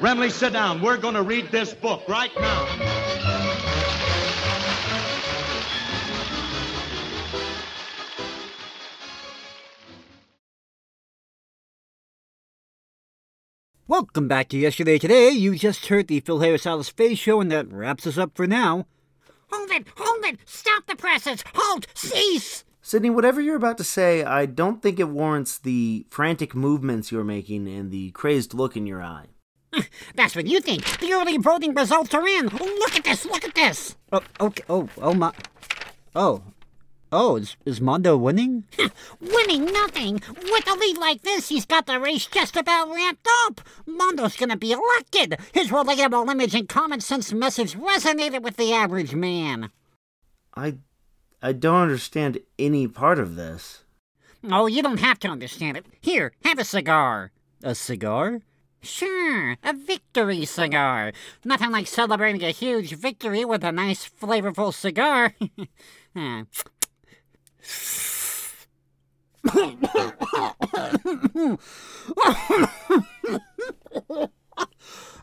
Speaker 19: Remley, sit down. We're going to read this book right now.
Speaker 2: Welcome back to Yesterday Today. You just heard the Phil Harris Alice Faye Show, and that wraps us up for now.
Speaker 3: Hold it! Hold it! Stop the presses! Hold! Cease!
Speaker 1: Sydney, whatever you're about to say, I don't think it warrants the frantic movements you're making and the crazed look in your eye.
Speaker 3: That's what you think. The early voting results are in. Look at this! Look at this!
Speaker 2: Oh, okay. Oh, oh my. Oh. Oh, is, is Mondo winning?
Speaker 3: Winning nothing. With a lead like this, he's got the race just about ramped up. Mondo's gonna be elected. His relatable image and common sense message resonated with the average man.
Speaker 1: I I don't understand any part of this.
Speaker 3: Oh, you don't have to understand it. Here, have a cigar.
Speaker 2: A cigar?
Speaker 3: Sure, a victory cigar. Nothing like celebrating a huge victory with a nice, flavorful cigar. [laughs] Ah.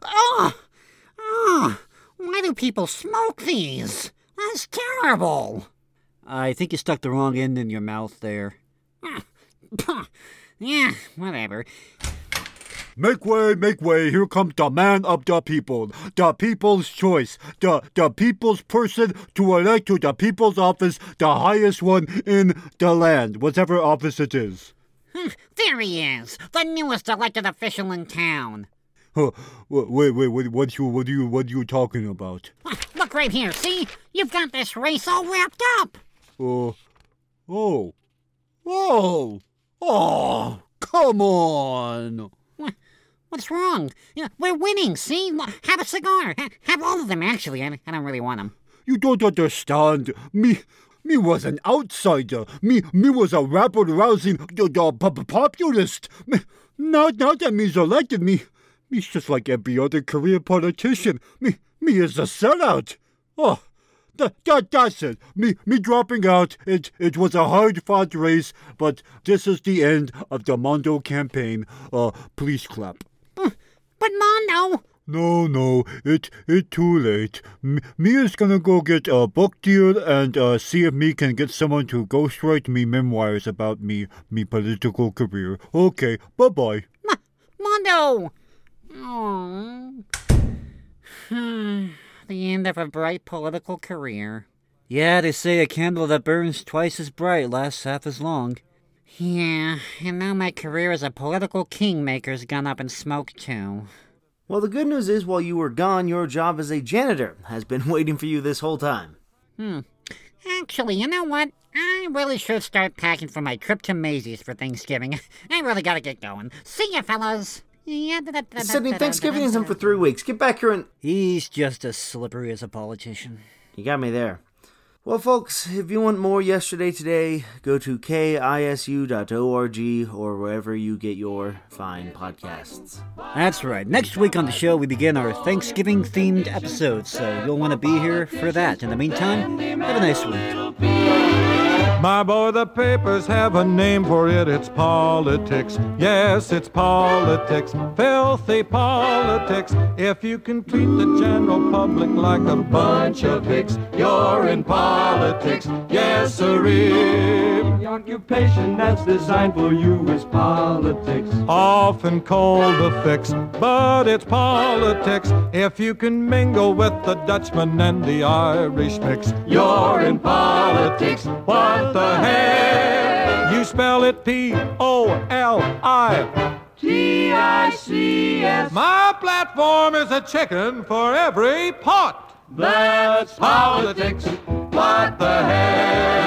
Speaker 3: oh, oh, why do people smoke these? That's terrible. [laughs]
Speaker 2: I think you stuck the wrong end in your mouth there.
Speaker 3: yeah, whatever.
Speaker 5: Make way, make way. Here comes the man of the people, the people's choice, the the people's person to elect to the people's office, the highest one in the land, whatever office it is.
Speaker 3: Hmm, There he is, the newest elected official in town.
Speaker 5: Huh, wha- wait, wait, wait. What you, what you, what you talking about?
Speaker 3: Look right here, see? You've got this race all wrapped up.
Speaker 5: Uh, oh, oh, oh! Come on.
Speaker 3: What's wrong? You know, we're winning, see? Lo- Have a cigar. Ha- Have all of them, actually. I I don't really want them.
Speaker 5: You don't understand. Me, me was an outsider. Me, me was a rabble rousing the, the po- po- populist. Me, now, now that me's elected, me, me's just like every other career politician. Me, me is a sellout. Oh, that, that, that's it. Me, me dropping out. It, it was a hard fought race, but this is the end of the Mondo campaign. Uh, please clap.
Speaker 3: But Mondo,
Speaker 5: No, no, it it too late. M- me is gonna go get a book deal and uh, see if me can get someone to ghostwrite me memoirs about me, me political career. Okay, bye bye.
Speaker 3: Mondo. Oh. [sighs] the end of a bright political career.
Speaker 2: Yeah, they say a candle that burns twice as bright lasts half as long.
Speaker 3: Yeah, and now my career as a political kingmaker's gone up in smoke too.
Speaker 1: Well, the good news is, while you were gone, your job as a janitor has been [laughs] waiting for you this whole time.
Speaker 3: Hmm. Actually, you know what? I really should start packing for my trip to Maisie's for Thanksgiving. [laughs] I really gotta get going. See ya, fellas. Yeah, da- da- da-
Speaker 1: Sydney,
Speaker 3: da- da-
Speaker 1: Thanksgiving
Speaker 3: da-
Speaker 1: isn't for three weeks. Get back here and.
Speaker 2: He's just as slippery as a politician.
Speaker 1: You got me there. Well, folks, if you want more yesterday today, go to kisu.org or wherever you get your fine podcasts.
Speaker 2: That's right. Next week on the show, we begin our Thanksgiving themed episode, so you'll want to be here for that. In the meantime, have a nice week.
Speaker 23: My boy, the papers have a name for it. It's politics. Yes, it's politics. Filthy politics. If you can treat the general public like a bunch of hicks, you're in politics. Yes, sirree. The occupation that's designed for you is politics. Often called a fix, but it's politics. If you can mingle with the Dutchman and the Irish mix, you're in politics. What the heck? You spell it P O L I T I C S. My platform is a chicken for every pot. That's politics. What the heck?